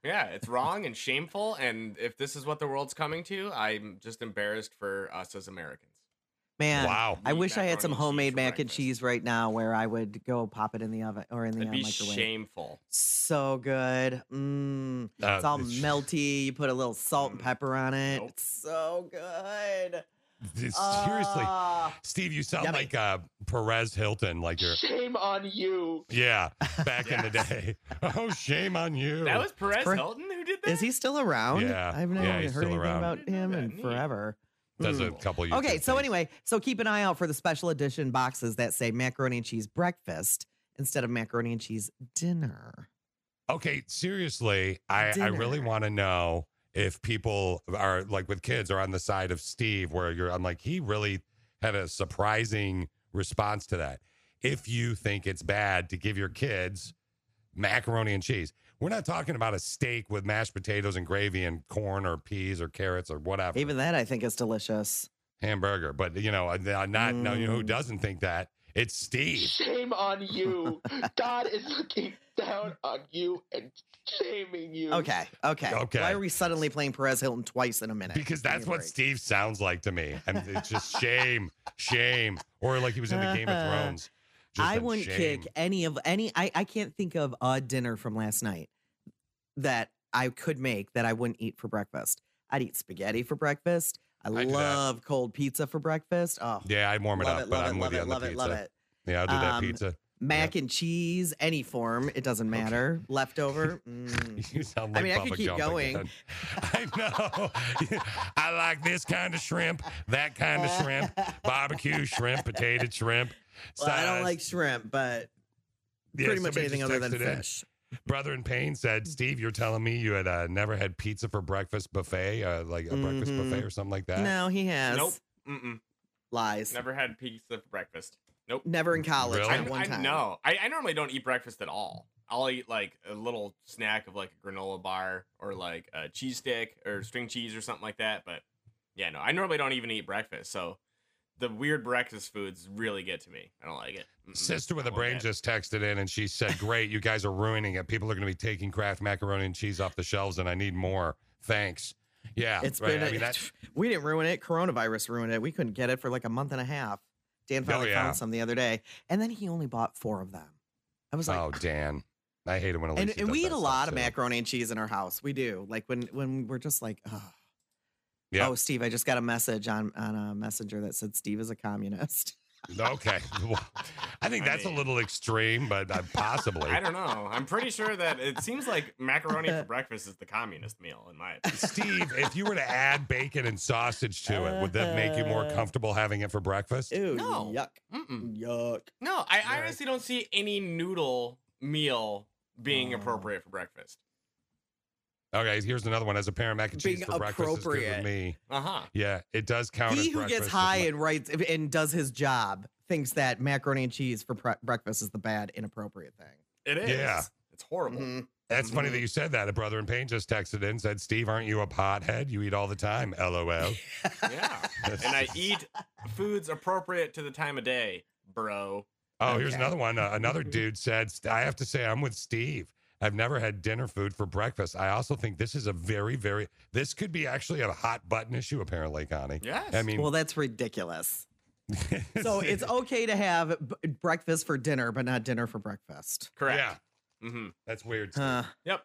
Yeah, it's wrong and shameful. And if this is what the world's coming to, I'm just embarrassed for us as Americans. Man, Wow. I Eat wish I macaroni had some and cheese homemade for mac and cheese right now where I would go pop it in the oven or in the It'd uh, be microwave. shameful. So good. Mm, Uh, it's all it's- melty. You put a little salt Mm. and pepper on it. It's so good. Mm-hmm. Seriously, Ah. Steve, you sound like uh, Perez Hilton. Like you're, Shame on you. yeah, back in the day. Oh, shame on you. That was Perez Pre- Hilton who did that? Is he still around? Yeah. I've never Yeah, even he's heard still anything around. about him in forever. Does Hmm. a couple YouTube Okay, so anyway, so keep an eye out for the special edition boxes that say macaroni and cheese breakfast instead of macaroni and cheese dinner. Okay, seriously, I, I really Dinner. want to know if people are like with kids are on the side of Steve, where you're, I'm like, he really had a surprising response to that. If you think it's bad to give your kids macaroni and cheese, we're not talking about a steak with mashed potatoes and gravy and corn or peas or carrots or whatever Even that I think is delicious. Mm. hamburger, but you know, uh, not now you know who doesn't think that it's Steve. Shame on you. God is looking down on you and shaming you. Okay, okay. Okay. Why are we suddenly playing Perez Hilton twice in a minute? Because that's what Steve sounds like to me. And it's just shame, shame. Or like he was in the Game of Thrones. Just Uh-huh. I in wouldn't shame. kick any of any. I, I can't think of a dinner from last night that I could make that I wouldn't eat for breakfast. I'd eat spaghetti for breakfast. I, do that. love cold pizza for breakfast. Oh, Yeah, I warm it love up, it, but love I'm it, with love you it, on love the it, pizza. love it. Yeah, I'll do that Um, pizza. Mac and cheese, any form, it doesn't matter. Leftover. mm. You sound I like mean, I could Bubba keep Gump going. again. I know. I like this kind of shrimp, that kind of shrimp, barbecue shrimp, potato shrimp. Well, I don't size- like shrimp, but Yeah, pretty much somebody anything just other than texted in. fish. Brother in Pain said, Steve, you're telling me you had uh, never had pizza for breakfast buffet, uh, like a breakfast Mhm. buffet or something like that? No, he has. Nope. Mm-mm. Lies. Never had pizza for breakfast. Nope. Never in college. Really? Not one I, time. no, I, I normally don't eat breakfast at all. I'll eat like a little snack of like a granola bar or like a cheese stick or string cheese or something like that. But yeah, no, I normally don't even eat breakfast. So the weird breakfast foods really get to me. I don't like it. Mm-mm. Sister with I a won't Brain get it. just texted in and she said, Great, you guys are ruining it. People are going to be taking Kraft macaroni and cheese off the shelves and I need more. Thanks. Yeah. It's right. been. I a- mean, that, we didn't ruin it. Coronavirus ruined it. We couldn't get it for like a month and a half. Dan Oh, finally yeah. found some the other day, and then he only bought four of them. I was like, oh, Dan. I hate it when Alicia and, and does we that eat a stuff, lot of too. macaroni and cheese in our house. We do. Like when when we're just like, oh, Yeah. oh, Steve, I just got a message on on a messenger that said Steve is a communist. Okay. Well, I think I that's mean- a little extreme, but uh, possibly. I don't know. I'm pretty sure that it seems like macaroni for breakfast is the communist meal in my opinion. Steve, if you were to add bacon and sausage to it, would that make you more Uh, comfortable having it for breakfast? Ew, No. yuck, Mm-mm. yuck. No, I, I honestly don't see any noodle meal being appropriate for breakfast. Okay, here's another one. As a parent, mac and cheese Being for breakfast is good appropriate. with me. Uh huh. Yeah, it does count. He as who gets breakfast. high and writes and does his job thinks that macaroni and cheese for pre- breakfast is the bad, inappropriate thing. It is. Yeah. It's horrible. Mm-hmm. That's funny Mm-hmm. that you said that. A brother in pain just texted in and said, "Steve, aren't you a pothead? You eat all the time." LOL. Yeah. and I eat foods appropriate to the time of day, bro. Oh, here's another one. Uh, another Mm-hmm. dude said, "St- I have to say, I'm with Steve. I've never had dinner food for breakfast. I also think this is a very, very, this could be actually a hot button issue, apparently, Connie. Yes. I mean, well, that's ridiculous. so it's okay to have b- breakfast for dinner, but not dinner for breakfast. Correct. Yeah. Mm-hmm. that's weird. Steve. Huh. Yep.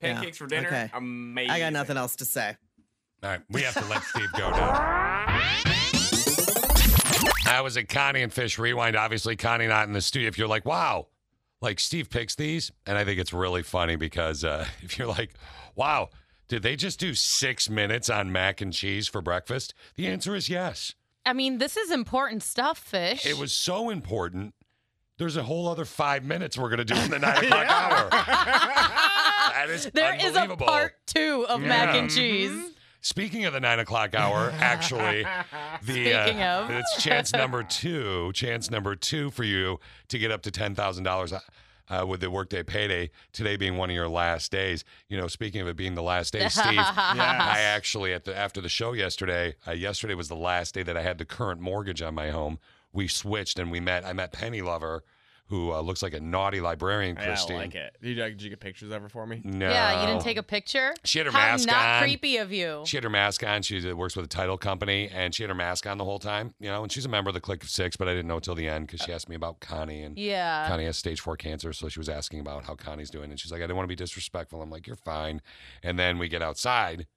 Yeah. Pancakes for dinner. Okay. Amazing. I got nothing else to say. All right, we have to let Steve go now. I was at Connie and Fish Rewind. Obviously, Connie not in the studio. If you're like, wow, like Steve picks these, and I think it's really funny because uh, if you're like, wow, did they just do six minutes on mac and cheese for breakfast? The answer is yes. I mean, this is important stuff, Fish. It was so important. There's a whole other five minutes we're gonna do in the nine o'clock hour. That is There is a unbelievable. part two of mac Yeah. Mm-hmm. and cheese. Speaking of the nine o'clock hour, actually, the uh, Speaking of. it's chance number two, chance number two for you to get up to ten thousand dollars uh, with the workday payday. Today being one of your last days. You know, speaking of it being the last day, Steve, I actually at the after the show yesterday. Uh, yesterday was the last day that I had the current mortgage on my home. We switched and we met. I met Penny Lover, who uh, looks like a naughty librarian. I Christine, don't like it. Did you, did you get pictures of her for me? no, Yeah, you didn't take a picture. She had her How mask not on. creepy of you. She had her mask on. She works with a title company, and she had her mask on the whole time. You know, and she's a member of the Click of Six, but I didn't know till the end because she asked me about Connie, and Yeah. Connie has stage four cancer, so she was asking about how Connie's doing, and she's like, "I didn't want to be disrespectful." I'm like, "You're fine." And then we get outside,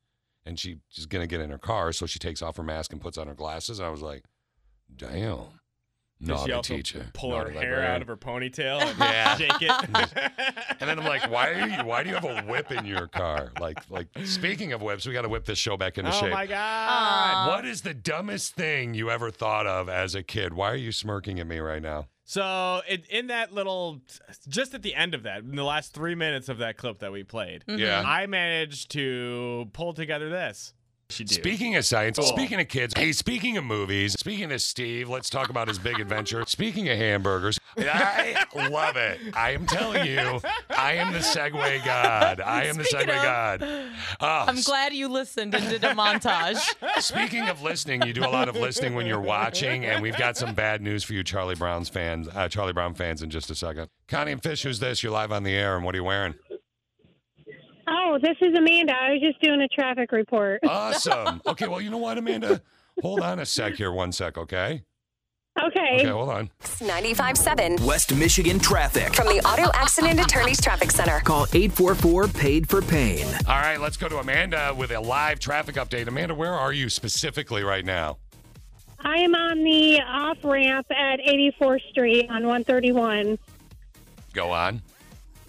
and she, she's gonna get in her car, so she takes off her mask and puts on her glasses, and I was like, "Damn, Did she naughty also teacher, Pull her naughty hair librarian." out of her ponytail and Yeah. shake it. And then I'm like, why are you? Why do you have a whip in your car? Like, like. Speaking of whips, we got to whip this show back into oh shape. my uh, god. What is the dumbest thing you ever thought of as a kid? Why are you smirking at me right now? So it, in that little, just at the end of that, in the last three minutes of that clip that we played, Mhm. Yeah. I managed to pull together this. She did. Speaking of science, Cool. speaking of kids, hey, speaking of movies, speaking of Steve, let's talk about his big adventure. Speaking of hamburgers, I love it. I am telling you, I am the segue god. I am Speaking the segue of- god. Oh, I'm glad you listened and did a montage. Speaking of listening, you do a lot of listening when you're watching, and we've got some bad news for you, Charlie Brown's fans, uh, Charlie Brown fans, in just a second. Connie and Fish, who's this? You're live on the air, and what are you wearing? Oh, this is Amanda. I was just doing a traffic report. Awesome. Okay, well, you know what, Amanda? Hold on a sec here, one sec, okay? okay. Okay, hold on. 95.7 West Michigan traffic. from the Auto Accident Attorneys Traffic Center. Call 844 Paid for Pain. All right, let's go to Amanda with a live traffic update. Amanda, where are you specifically right now? I am on the off ramp at 84th Street on 131. Go on.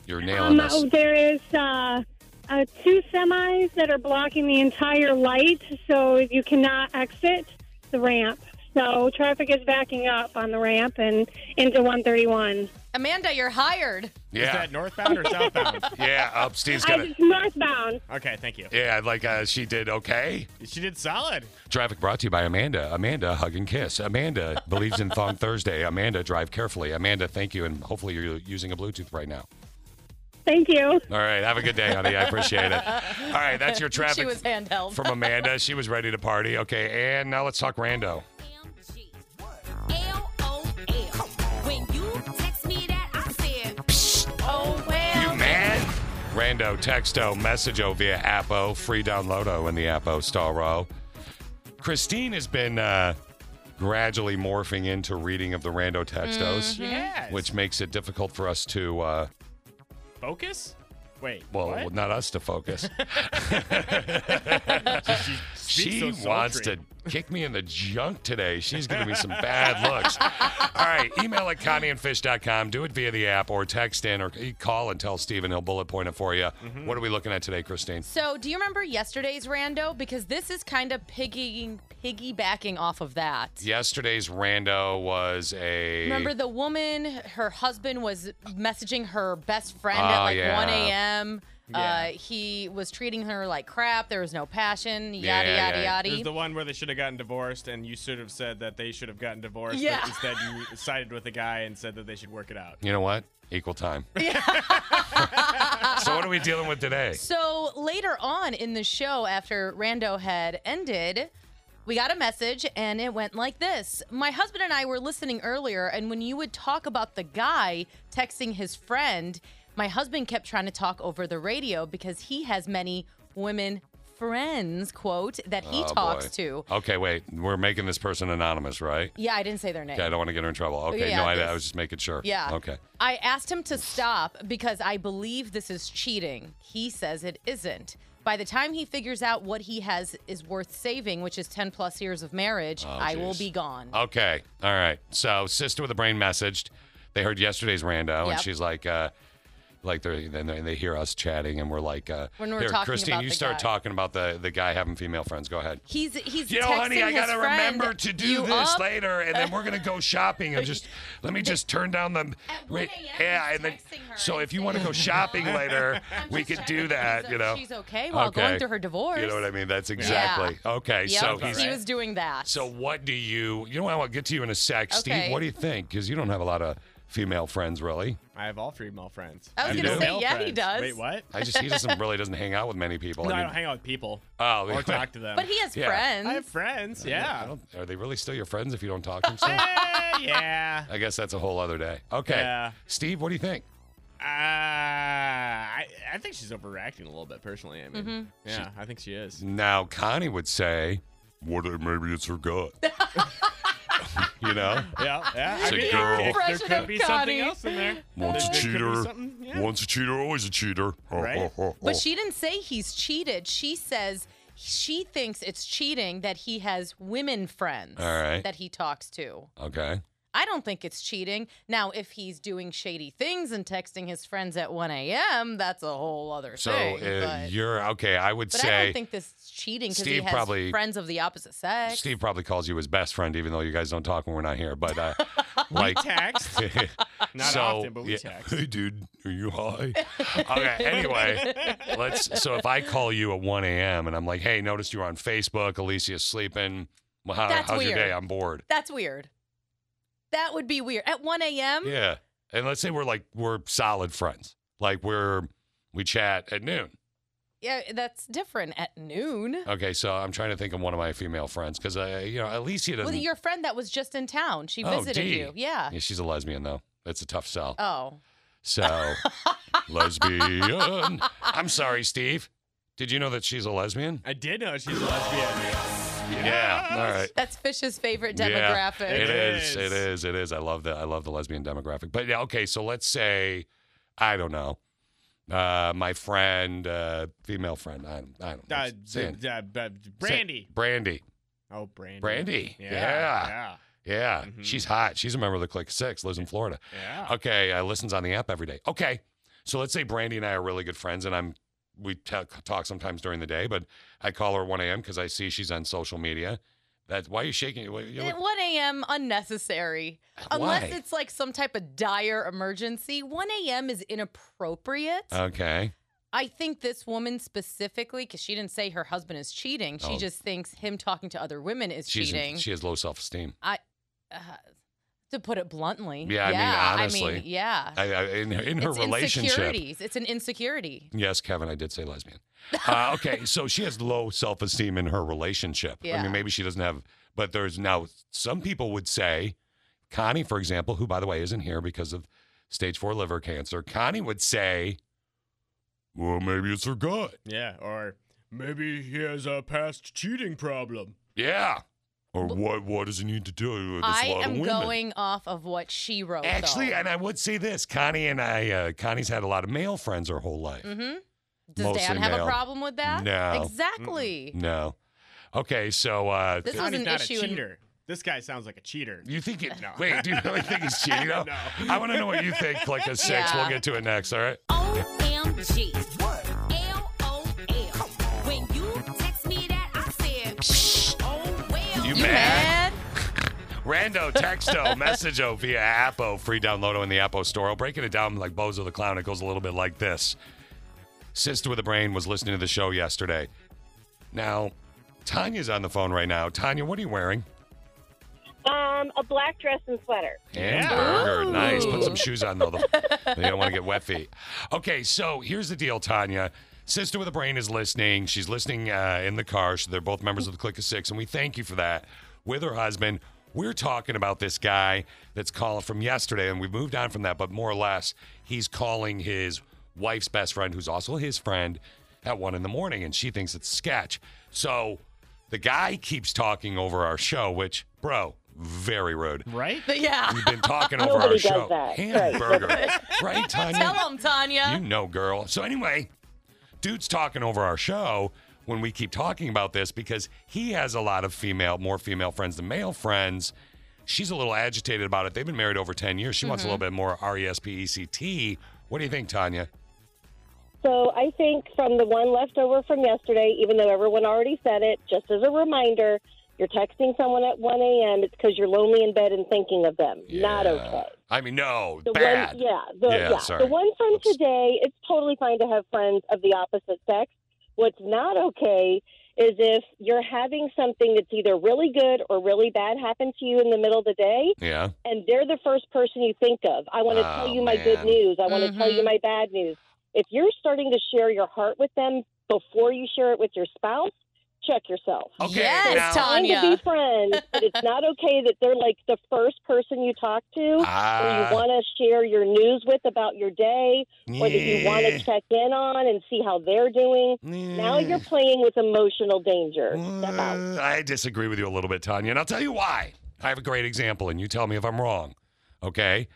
You're nailing Um, this. there is uh, uh, two semis that are blocking the entire light, so you cannot exit the ramp. So traffic is backing up on the ramp and into 131. Amanda, you're hired. Yeah. Is that northbound or southbound? yeah, up. Steve's got it. northbound. Okay, thank you. Yeah, like uh, she did okay. She did solid. Traffic brought to you by Amanda. Amanda, hug and kiss. Amanda believes in Thong Thursday. Amanda, drive carefully. Amanda, thank you. And hopefully you're using a Bluetooth right now. Thank you. All right. Have a good day, honey. I appreciate it. All right. That's your traffic she was handheld. from Amanda. She was ready to party. Okay. And now let's talk rando. um, When you text me that, I said, oh, You mad? Rando, texto, messageo via Appo, free downloado in the Appo Starro. Christine has been uh, gradually morphing into reading of the Rando textos, Mhm. Yes. which makes it difficult for us to, uh, Focus? Wait. well, what? not us to focus. speaks she so wants to sultry. kick me in the junk today. She's giving me some bad looks. All right, email at connieandfish.com. Do it via the app or text in or call and tell Steven. He'll bullet point it for you. Mm-hmm. What are we looking at today, Christine? So, do you remember yesterday's rando? Because this is kind of piggying, piggybacking off of that. Yesterday's rando was a. Remember the woman? Her husband was messaging her best friend at Oh, like yeah. 1 a.m. Yeah. Uh, he was treating her like crap. There was no passion. Yada yada It was yada. the one where they should have gotten divorced, and you should have said that they should have gotten divorced. Yeah. But instead, you sided with the guy and said that they should work it out. You know what? Equal time. so what are we dealing with today? So later on in the show, after Rando had ended, we got a message and it went like this My husband and I were listening earlier, and when you would talk about the guy texting his friend, my husband kept trying to talk over the radio because he has many women friends, quote, that he Oh, talks boy. to. Okay, wait. We're making this person anonymous, right? Yeah, I didn't say their name. Okay, I don't want to get her in trouble. Okay, Yeah, no, I, this- I was just making sure. Yeah. Okay. I asked him to stop because I believe this is cheating. He says it isn't. By the time he figures out what he has is worth saving, which is 10 plus years of marriage, Oh, I will jeez. be gone. Okay. All right. So sister with a brain messaged. They heard yesterday's rando, and Yep. she's like, uh, like they're then they- they hear us chatting, and we're like, uh, When we're here, talking Christine, about you the start guy." talking about the the guy having female friends. Go ahead. He's he's You know, texting honey, I his gotta friend, remember to do "You this up?" later, and then we're gonna go shopping. And just let me just turn down the wait, yeah, and then Um, so if you want to go shopping later, we could do that. You know, she's okay while going through her divorce. You know what I mean? That's exactly Yeah. okay. Yep, So he's he was doing that. so what do you? You know, what, I'll get to you in a sec, Okay. Steve. What do you think? Because you don't have a lot of female friends, really. I have all three male friends. I was have gonna no say, male yeah, he friends. does. Wait, what? I just he doesn't really doesn't hang out with many people. No, I I don't mean, hang out with people. oh, or talk to them. But he has Yeah. friends. I have friends. I Yeah. don't- are they really still your friends if you don't talk to them? still? Eh, yeah. I guess that's a whole other day. Okay, Yeah. Steve, what do you think? Uh, I, I think she's overreacting a little bit personally. I mean, Mhm. yeah, I think she is. Now Connie would say, "What? if Maybe it's her gut." you know, Yeah, yeah. It's I a girl. mean, there- There Impression could of be Connie. something else in there. once a There could be cheater, something- yeah. once a cheater, always a cheater. Oh, Right? oh, oh, But oh. she didn't say he's cheated. She says she thinks it's cheating that he has women friends All right. that he talks to. Okay. I don't think it's cheating. Now, if he's doing shady things and texting his friends at 1 a.m., that's a whole other So thing. uh, but you're okay. I would but say I don't think this is cheating because he Steve has probably- friends of the opposite sex. Steve probably calls you his best friend, even though you guys don't talk when we're not here. But uh, like text. Not so, often, but we yeah. text. Hey, dude, are you high? okay. Anyway, let's. So if I call you at 1 a.m. and I'm like, hey, noticed you were on Facebook. Alicia's sleeping. Well, how, That's how's your weird. day? I'm bored. That's weird. That would be weird. At 1 a.m.? Yeah. And let's say we're like we're solid friends. Like we're we chat at noon. Yeah, that's different. At noon? Okay. So I'm trying to think of one of my female friends because I, you know, Alicia doesn't. Well, your friend that was just in town. She Oh, visited Dee. you. Yeah. Yeah, she's a lesbian though. That's a tough sell. Oh. So, lesbian. I'm sorry, Steve. Did you know that she's a lesbian? I did know she's a lesbian. Yeah. All right. That's Fish's favorite Yeah, demographic. it is. It is. It is. I love the I love the lesbian demographic. But yeah, okay. So let's say, I don't know, uh, my friend, uh, female friend. I, I don't know. Uh, San- d- uh, b- Brandy. San- Brandy. Oh, Brandy. Brandy. Yeah. Yeah. Mm-hmm. Yeah. She's hot. She's a member of the Click Six, lives in Florida. Yeah. Okay. Uh, listens on the app every day. Okay. So let's say Brandy and I are really good friends, and I'm we ta- talk sometimes during the day, but I call her at 1 a.m. because I see she's on social media, That's why are you shaking. your- you At look- 1 a.m. unnecessary. Unless Why? it's like some type of dire emergency. 1 a.m. is inappropriate. Okay. I think this woman specifically, because she didn't say her husband is cheating. She Oh. just thinks him talking to other women is She's cheating. she has low self esteem. I, uh, to put it bluntly. Yeah, I mean, honestly. I mean, yeah. I, I, in her, in her it's relationship. insecurities. It's an insecurity. Yes, Kevin, I did say lesbian. Uh, okay, so she has low self esteem in her relationship. I Yeah. mean, maybe she doesn't have, but there's now some people would say, Connie, for example, who by the way isn't here because of stage four liver cancer, Connie would say, well, maybe it's her gut. Yeah, or maybe he has a past cheating problem. Yeah. Or what? What does he need to do? There's a I lot of am women." going off of what she wrote. Actually, and I would say this: Connie and I, uh, Connie's had a lot of male friends her whole life. hmm Does Mostly Dan have male. a problem with that? No. Exactly. No. Okay, so uh, Mm-hmm. This was Connie's an not issue a in- cheater. This guy sounds like a cheater. You think it? No. Wait, do you really think he's cheating? though? No. I want to know what you think. Like a six. We'll Yeah. get to it next. All right. Oh. OMG. What? LOL. When you text me that, I said, oh, well. You You mad? Rando, texto, messageo via Appo, free downloado in the Appo store. Breaking it down like Bozo the Clown, it goes a little bit like this. Sister with a Brain was listening to the show yesterday. Now, Tanya's on the phone right now. Tanya, what are you wearing? Um, a black dress and sweater. Hamburger. Nice. Put some shoes on, though. The- They don't want to get wet feet. Okay, so here's the deal, Tanya. Sister with a Brain is listening. She's listening uh, in the car. So they're both members of the Click of Six, and we thank you for that. With her husband, we're talking about this guy that's calling from yesterday, and we've moved on from that, but more or less, he's calling his wife's best friend, who's also his friend, at one in the morning, and she thinks it's sketch. So the guy keeps talking over our show, which, bro, very rude. Right? yeah. We've been talking over Nobody our does show. that. Hamburger. Right. right, Tanya? Tell him, Tanya. You know, girl. So anyway, dude's talking over our show when we keep talking about this because he has a lot of female, more female friends than male friends. She's a little agitated about it. They've been married over 10 years. She wants a Mhm. little Mm-hmm. bit more R E S P E C T. What do you think, Tanya? So I think from the one left over from yesterday, even though everyone already said it, just as a reminder, you're texting someone at 1 a.m. It's because you're lonely in bed and thinking of them. Not okay. I mean, no, The bad. one, yeah, the, Yeah, yeah, sorry. the one from today. It's totally fine to have friends of the opposite sex. What's not okay is if you're having something that's either really good or really bad happen to you in the middle of the day, Yeah. and they're the first person you think of. I want to Oh, tell you my man. good news. I want to tell Mhm. you my bad news. If you're starting to share your heart with them before you share it with your spouse, check yourself. Okay, Yes, It's fine to Tanya. be friends, but it's not okay that they're like the first person you talk to, or Ah. you want to share your news with about your day, or that you want Yeah. to check in on and see how they're doing. Now you're playing with emotional danger. Step out. Uh, I disagree with you a little bit, Tanya, and I'll tell you why. I have a great example, and you tell me if I'm wrong. Okay.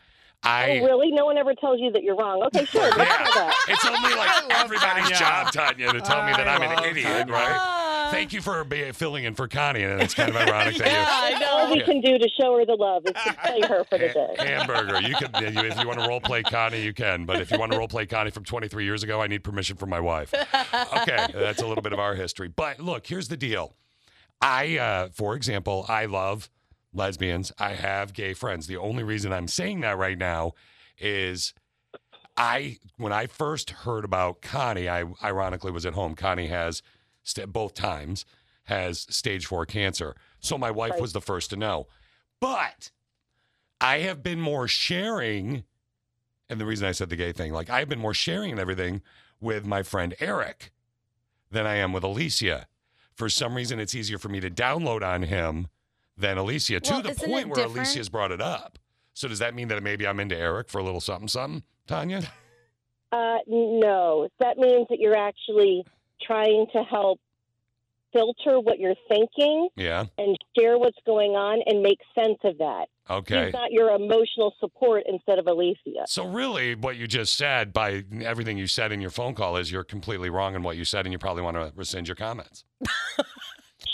I Oh, really? No one ever tells you that you're wrong. Okay, sure. let's do that. It's only like everybody's job, Tanya, to tell me that I'm an idiot, right? Thank you for be, filling in for Connie, and it's kind of ironic that That's all we Yeah. can do to show her the love is to play her for you. the day. hamburger. You can, you- if you want to role play Connie, you can. But if you want to role play Connie from 23 years ago, I need permission from my wife. Okay, that's a little bit of our history. But look, here's the deal. I, uh, for example, I love lesbians. I have gay friends. The only reason I'm saying that right now is I, when I first heard about Connie, I ironically was at home. Connie has st- both times has stage four cancer, so my wife was the first to know. But I have been more sharing, and the reason I said the gay thing, like I've been more sharing and everything with my friend Eric than I am with Alicia. For some reason, it's easier for me to download on him than Alicia Well, to the isn't it point where different? Alicia's brought it up. So does that mean that maybe I'm into Eric for a little something, something, Tanya? Uh, no, that means that you're actually trying to help filter what you're thinking Yeah. and share what's going on and make sense of that. Okay. He's not your emotional support instead of Alicia. So really, what you just said by everything you said in your phone call is you're completely wrong in what you said, and you probably want to rescind your comments.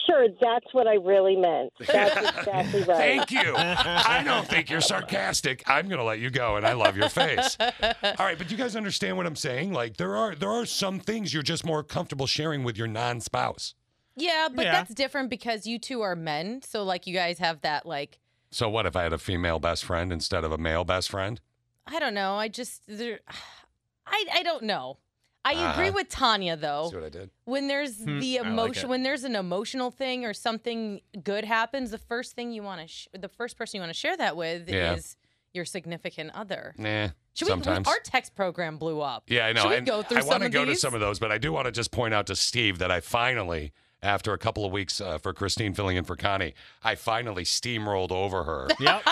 Sure, that's what I really meant. That's exactly right. Thank you. I don't think you're sarcastic. I'm going to let you go, and I love your face. All right, but you guys understand what I'm saying? Like there are there are some things you're just more comfortable sharing with your non-spouse. Yeah, but Yeah. that's different because you two are men. So, like, you guys have that, like, So what if I had a female best friend instead of a male best friend? I don't know. I just, there, I, I don't know. I agree Uh-huh. with Tanya, though. See what I did? When there's Hmm, the I like emotion, it. when there's an emotional thing or something good happens, the first thing you want to, sh- the first person you want to share that with Yeah. is your significant other. Nah. Should we- sometimes. we? Our text program blew up. Yeah, I know. Should we and go through I some want to of go to these? some of those, but I do want to just point out to Steve that I finally, after a couple of weeks uh, for Christine filling in for Connie, I finally steamrolled over her. Yep.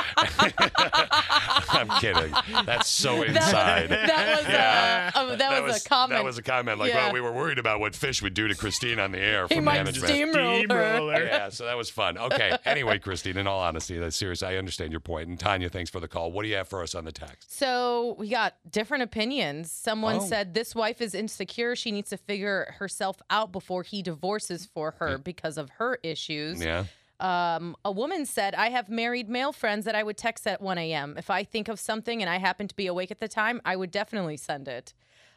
I'm kidding. That's so That- inside. that was a- oh, that was a comment. That was a comment. Like, Yeah. well, we were worried about what Fish would do to Christine on the air He from might management. steamroll her. Steamroll her. Yeah, so that was fun. Okay. Anyway, Christine, in all honesty, that's serious. I understand your point. And Tanya, thanks for the call. What do you have for us on the text? So we got different opinions. Someone Oh. said this wife is insecure. She needs to figure herself out before he divorces for her because of her issues. Yeah. Um, a woman said, I have married male friends that I would text at 1 a.m. If I think of something and I happen to be awake at the time, I would definitely send it.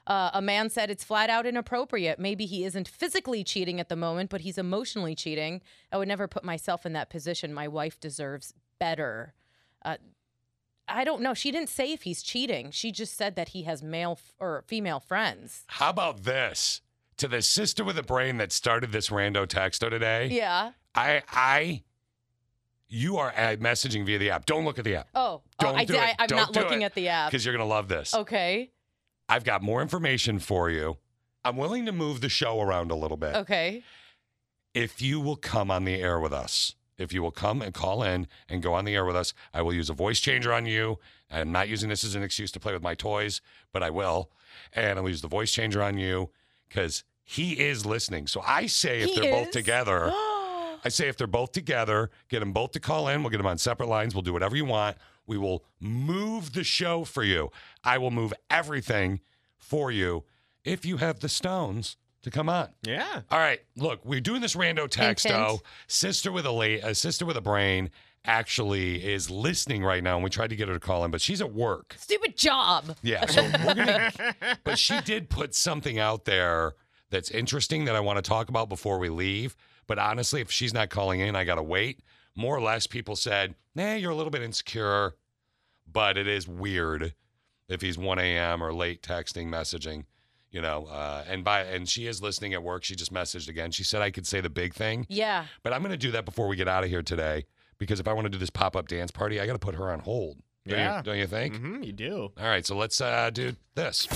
Uh, a man said it's flat out inappropriate. Maybe he isn't physically cheating at the moment, but he's emotionally cheating. I would never put myself in that position. My wife deserves better. Uh, I don't know. She didn't say if he's cheating. She just said that he has male f- or female friends. How about this? To the sister with a brain that started this rando texto today. Yeah. I I you are uh, messaging via the app. Don't look at the app. Oh, Don't oh I, do I, it. am Don't not do looking it. at the app. Because you're gonna love this. Okay. I've got more information for you. I'm willing to move the show around a little bit. Okay. If you will come on the air with us. If you will come and call in and go on the air with us, I will use a voice changer on you. I'm not using this as an excuse to play with my toys, but I will. And I'll use the voice changer on you because he is listening. So I say if He they're both is? together, I say if they're both together, get them both to call in. We'll get them on separate lines. We'll do whatever you want. We will move the show for you. I will move everything for you if you have the stones to come on. Yeah. All right. Look, we're doing this rando Hint, texto. hint. Sister with a late, a sister with a brain actually is listening right now, and we tried to get her to call in, but she's at work. Stupid job. Yeah. So we're gonna, but she did put something out there that's interesting that I want to talk about before we leave. But honestly, if she's not calling in, I gotta wait. More or less, people said, "Nah, you're a little bit insecure, but it is weird if he's 1 a.m. or late texting, messaging." You know, uh, and by and she is listening at work. She just messaged again. She said I could say the big thing. Yeah. But I'm going to do that before we get out of here today because if I want to do this pop up dance party, I got to put her on hold. Don't Yeah. You, don't you think? Mm-hmm, you do. All right. So let's uh, do this.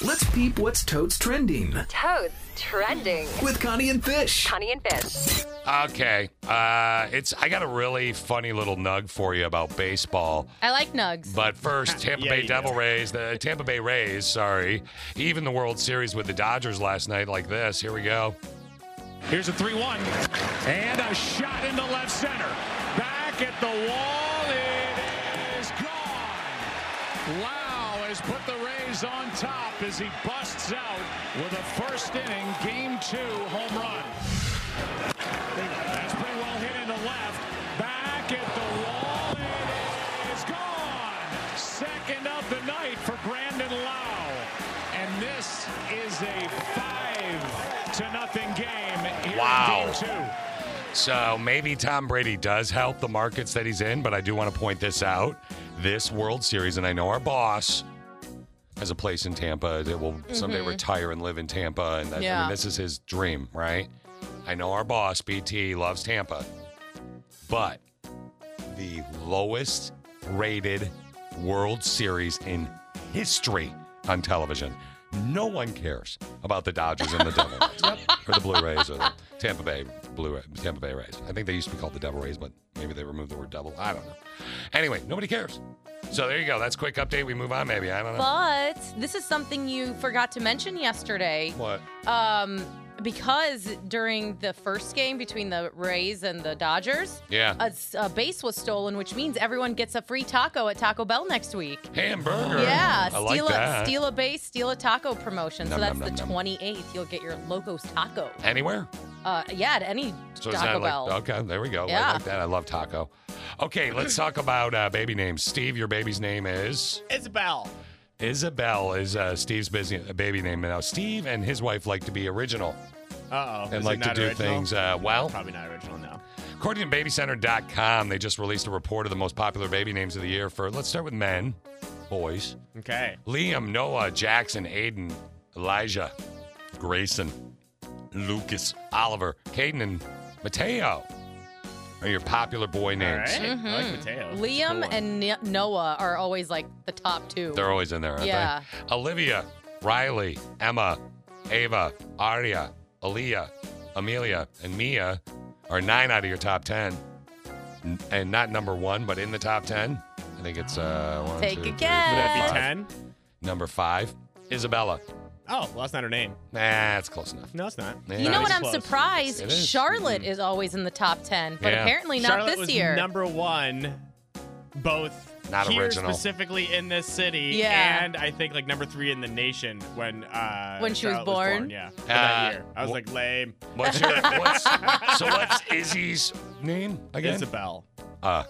Let's peep what's totes trending. Toads trending. With Connie and Fish. Connie and Fish. Okay. Uh, it's I got a really funny little nug for you about baseball. I like nugs. But first, Tampa Yeah, Bay you Devil do. Rays, the Tampa Bay Rays, sorry, even the World Series with the Dodgers last night like this. Here we go. Here's a 3 1. And a shot into left center. Back at the wall. It is gone. Lau has put the Rays on top as he busts out with a first inning game two home run. That's pretty well hit into left. Back at the wall. It is gone. Second of the night for Brandon Lau. And this is a five to nothing game here Wow. in game two. So maybe Tom Brady does help the markets that he's in, but I do want to point this out. This World Series, and I know our boss has a place in Tampa that will someday Mhm. retire and live in Tampa, and that, I Yeah. mean this is his dream, right? I know our boss BT loves Tampa, but the lowest rated World Series in history on television. No one cares about the Dodgers and the Devil Rays or the Blue Rays or the Tampa Bay Blue Ra- Tampa Bay Rays. I think they used to be called the Devil Rays, but maybe they removed the word devil. I don't know. Anyway, nobody cares. So there you go. That's a quick update. We move on. Maybe I don't know. But this is something you forgot to mention yesterday. What? Um, because during the first game between the Rays and the Dodgers, Yeah. a, s- a base was stolen, which means everyone gets a free taco at Taco Bell next week. Hamburger. Yeah, I steal like a that. steal a base, steal a taco promotion. Nom, so that's nom, the nom, nom. 28th. You'll get your Locos Taco. Anywhere. Uh, yeah, at any So it's Taco not Bell. like okay, there we go. I Yeah. like that. I love taco. Okay, let's talk about uh, baby names. Steve, your baby's name is Isabel. Isabel. Is uh, Steve's busy, baby name now? Steve and his wife like to be original. Uh oh. and like to do things uh, well. Probably not original now. According to BabyCenter.com, they just released a report of the most popular baby names of the year for, let's start with men, boys. Okay. Liam, Noah, Jackson, Aiden, Elijah, Grayson, Lucas, Oliver, Caden, and Mateo are your popular boy names. Mm-hmm. I like Mateo. Liam and Ne- Noah are always like the top two. They're always in there, aren't Yeah. they? Olivia, Riley, Emma, Ava, Aria, Aaliyah, Amelia, and Mia are nine out of your top 10. N- And not number one, but in the top 10. I think it's uh, one, Take two, a three, four, guess. Would that be five. Number five, Isabella. Oh, well, that's not her name. Nah, it's close enough. No, it's not. You know what? I'm Close. surprised. It is. Mm-hmm. Charlotte is always in the top ten, but Yeah. apparently not Charlotte this was year. Number one, both Not here original. specifically in this city, Yeah. and I think like number three in the nation when uh, When she was Charlotte born? Yeah, for Uh, that year. I was wh- like lame. What's your, what's, so what's Izzy's name again? Isabel. Uh,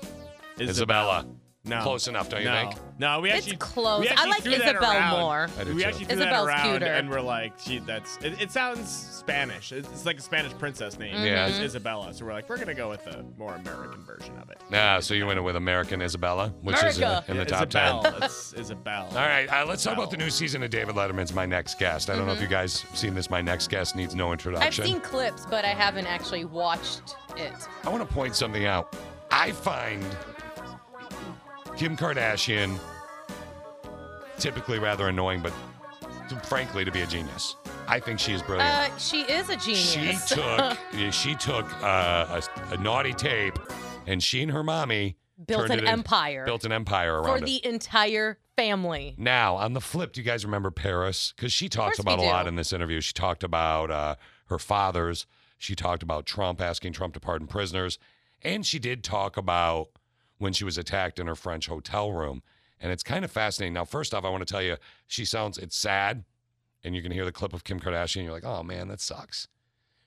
Isabella. Isabella. No. Close enough, don't you Um, no. think? No, we It's actually close. We I actually like threw that Isabel around. more. I do We too. actually threw Isabel's that around, cuter. and we're like, she, that's it, it. Sounds Spanish. It's, it's like a Spanish princess name. Yeah. Mm-hmm. It's Isabella. So we're like, we're gonna go with the more American version of it. Nah, so you went with American Isabella, which is uh, America. in the Yeah, top Isabel. 10. It's Isabel. All right, uh, let's talk about the new season of David Letterman's My Next Guest. I don't know if you guys have seen this. My Next Guest needs no Mm-hmm. I've introduction. seen clips, but I haven't actually watched it. I want to point something out. I find Kim Kardashian typically rather annoying, but to- frankly, to be a genius. I think she is brilliant. Uh, she is a genius. She took yeah, she took uh, a, a naughty tape, and she and her mommy Built turned an it in- empire. built an empire for around it. the entire family. Now, on the flip, do you guys remember Paris? Because she talks course we about a lot do. in this interview. She talked about uh, her father's. She talked about Trump asking Trump to pardon prisoners, and she did talk about when she was attacked in her French hotel room. And it's kind of fascinating. Now, first off, I want to tell you, she sounds it's sad, and you can hear the clip of Kim Kardashian. And you're like, oh man, that sucks.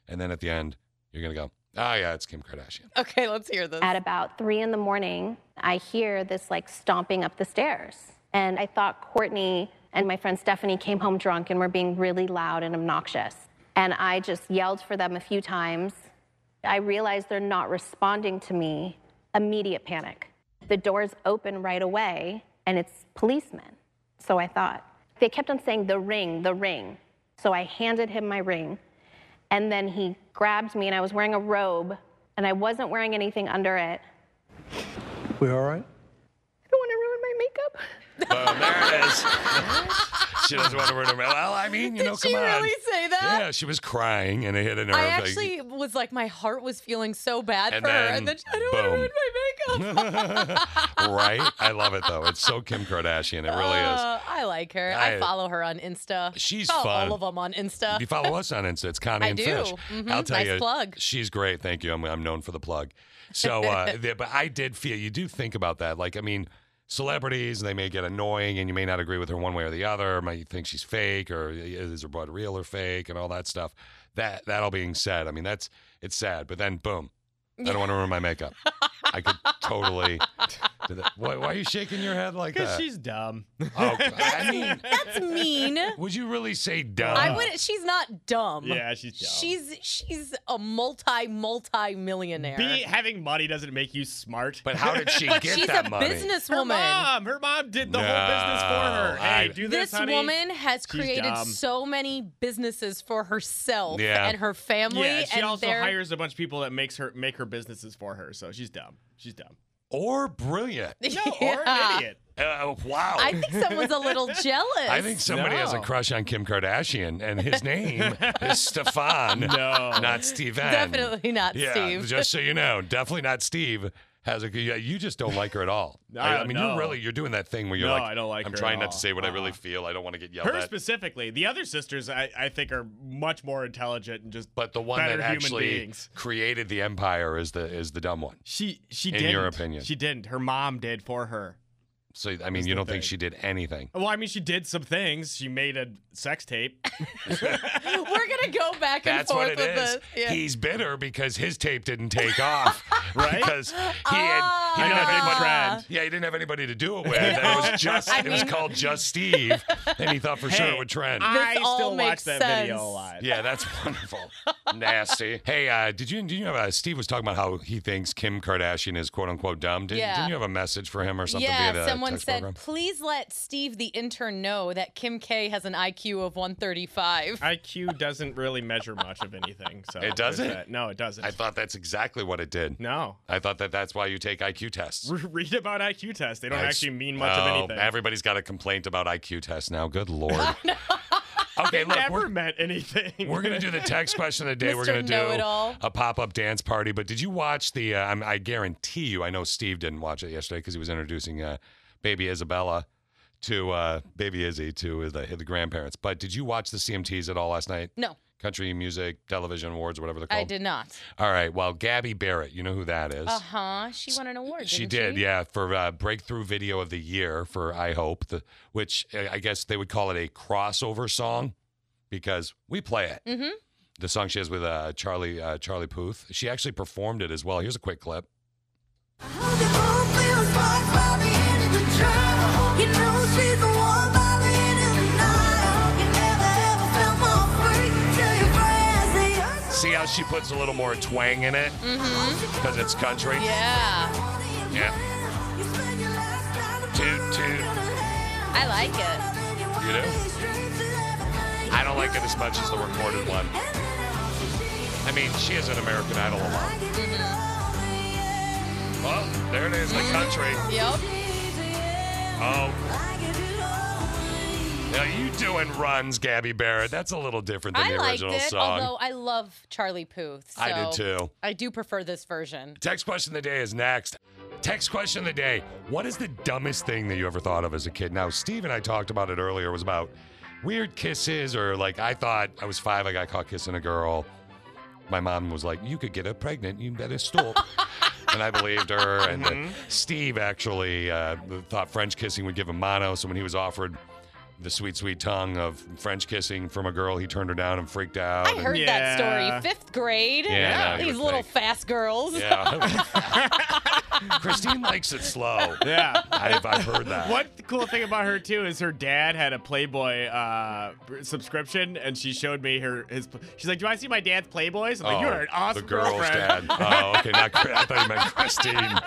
And then at the end, you're gonna go, oh yeah, it's Kim Kardashian. Okay, let's hear this. At about three in the morning, I hear this like stomping up the stairs. And I thought Courtney and my friend Stephanie came home drunk and were being really loud and obnoxious. And I just yelled for them a few times. I realized they're not responding to me. Immediate panic. The doors open right away, and it's policemen. So I thought. They kept on saying, the ring, the ring. So I handed him my ring. And then he grabbed me, and I was wearing a robe, and I wasn't wearing anything under it. We all right? I don't want to ruin my makeup. Boom, there it is. she doesn't want to ruin her. Well, I mean, you know, Did she come on. really say that? Yeah, she was crying and it hit a nerve. I Like, actually was like, my heart was feeling so bad And for her, then, and then I don't want to boom. ruin my makeup. right? I love it though. It's so Kim Kardashian. It really Uh, I like her. I, I- follow her on Insta. She's follow fun. all of them on Insta. is. You follow us on Insta. It's Connie I and do. Fish. Mhm. I'll tell Nice you, plug. she's great. Thank you. I'm, I'm known for the plug. So, uh, the, but I did feel you do think about that. Like, I mean, celebrities they may get annoying, and you may not agree with her one way or the other. Might you think she's fake, or is her blood real or fake, and all that stuff. That that all being said, I mean, that's it's sad. But then, boom, I don't want to ruin my makeup. I could totally. do that. Why, why are you shaking your head like Because that? she's dumb. Oh, I mean, That's mean. would you really say dumb? I would. She's not dumb. Yeah, she's dumb. She's she's a multi multi millionaire. Be, having money doesn't make you smart. But how did she But get she's that a money? businesswoman. Her mom. Her mom did the whole business for her. No, Hey, I- do this, honey. woman has She's created dumb. so many businesses for herself Yeah. and her family. Yeah, she and also their- hires a bunch of people that makes her make her businesses for her. So she's dumb. She's dumb. Or brilliant. No, or Yeah. an idiot. Uh, wow. I think someone's a little jealous. I think somebody has a No. crush on Kim Kardashian, and his name is Stefan, No. not Steven. Definitely not yeah, Steve. just so you know, definitely not Steve. Has a yeah, you just don't like her at all. I, I don't mean, know. you really you're doing that thing where you're Ah, No, like, I don't like I'm her at trying not all. Ah. to say what I really feel. I don't want to get yelled Her at. specifically. The other sisters, I, I think, are much more intelligent and just but the one better that human actually beings. created the empire is the is the dumb one. She she in didn't. your opinion. she didn't. Her mom did for her. So I mean, Is you the don't think thing. she did anything? Well, I mean, she did some things. She made a sex tape. We're gonna go back and That's forth what it with is. this. Yeah. He's bitter because his tape didn't take off, Right? Ah. Because he had He didn't have anybody- trend. Yeah, he didn't have anybody to do it with. And it was just. I it was mean- called Just Steve, and he thought for sure it would trend. I still watch that video a lot. Yeah, that's wonderful. Nasty. Hey, uh, did you did you have uh, Steve was talking about how he thinks Kim Kardashian is quote unquote dumb? Did, Yeah. Didn't you have a message for him or something? yeah, via the someone text said, program? please let Steve the intern know that Kim K has an IQ of 135. IQ doesn't really measure much of anything. So It doesn't? there's that. No, it doesn't. I thought that's exactly what it did. No. I thought that that's why you take IQ tests. Re- Read about IQ tests. They don't That's- actually mean much of Oh, anything. Everybody's got a complaint about IQ tests now. Good lord. Okay, They look, never we're- meant anything. We're gonna do the text question of the day. We're Mr. gonna do Know-it-all. a pop-up dance party. But did you watch the? Uh, I'm, I guarantee you. I know Steve didn't watch it yesterday because he was introducing uh, baby Isabella to uh, baby Izzy to the, the grandparents. But did you watch the CMTs at all last night? No. Country Music Television Awards, whatever they're called. I did not. All right. Well, Gabby Barrett, you know who that is. Uh huh. She won an award. She didn't did, she? yeah, for uh, breakthrough video of the year for I Hope, the, which uh, I guess they would call it a crossover song because we play it. Mm hmm. The song she has with uh, Charlie uh, Charlie Puth. She actually performed it as well. Here's a quick clip. See how she puts a little more twang in it Mm because it's country. hmm. Yeah. Yeah. Toot toot. I like it. You do. I don't like it as much as the recorded one. I mean, she is an American Idol alum. Well, there it is, Mm-hmm. the country. Yep. Oh. Now you doing runs, Gabby Barrett. That's a little different than I the liked original it, song. although I love Charlie Puth. So I did too. I do prefer this version. Text question of the day is next. Text question of the day. What is the dumbest thing that you ever thought of as a kid? Now, Steve and I talked about it earlier. It was about weird kisses, or like I thought I was five, I got caught kissing a girl. My mom was like, You could get her pregnant, you better stop. and I believed her. And then Mm-hmm. Mhm. Steve actually uh, thought French kissing would give him mono. So when he was offered the sweet, sweet tongue of French kissing from a girl, he turned her down and freaked out. I heard that story. Fifth grade. Yeah, I know, you These would little fast girls. Yeah. Christine likes it slow. Yeah. I've, I've heard that. What the cool thing about her too is her dad had a Playboy uh, subscription, and she showed me her his. She's like, "Do I see my dad's Playboys?" I'm like, Oh, "You're an awesome The girl's dad. girlfriend." Oh, okay. Not, Chri- I thought you meant Christine.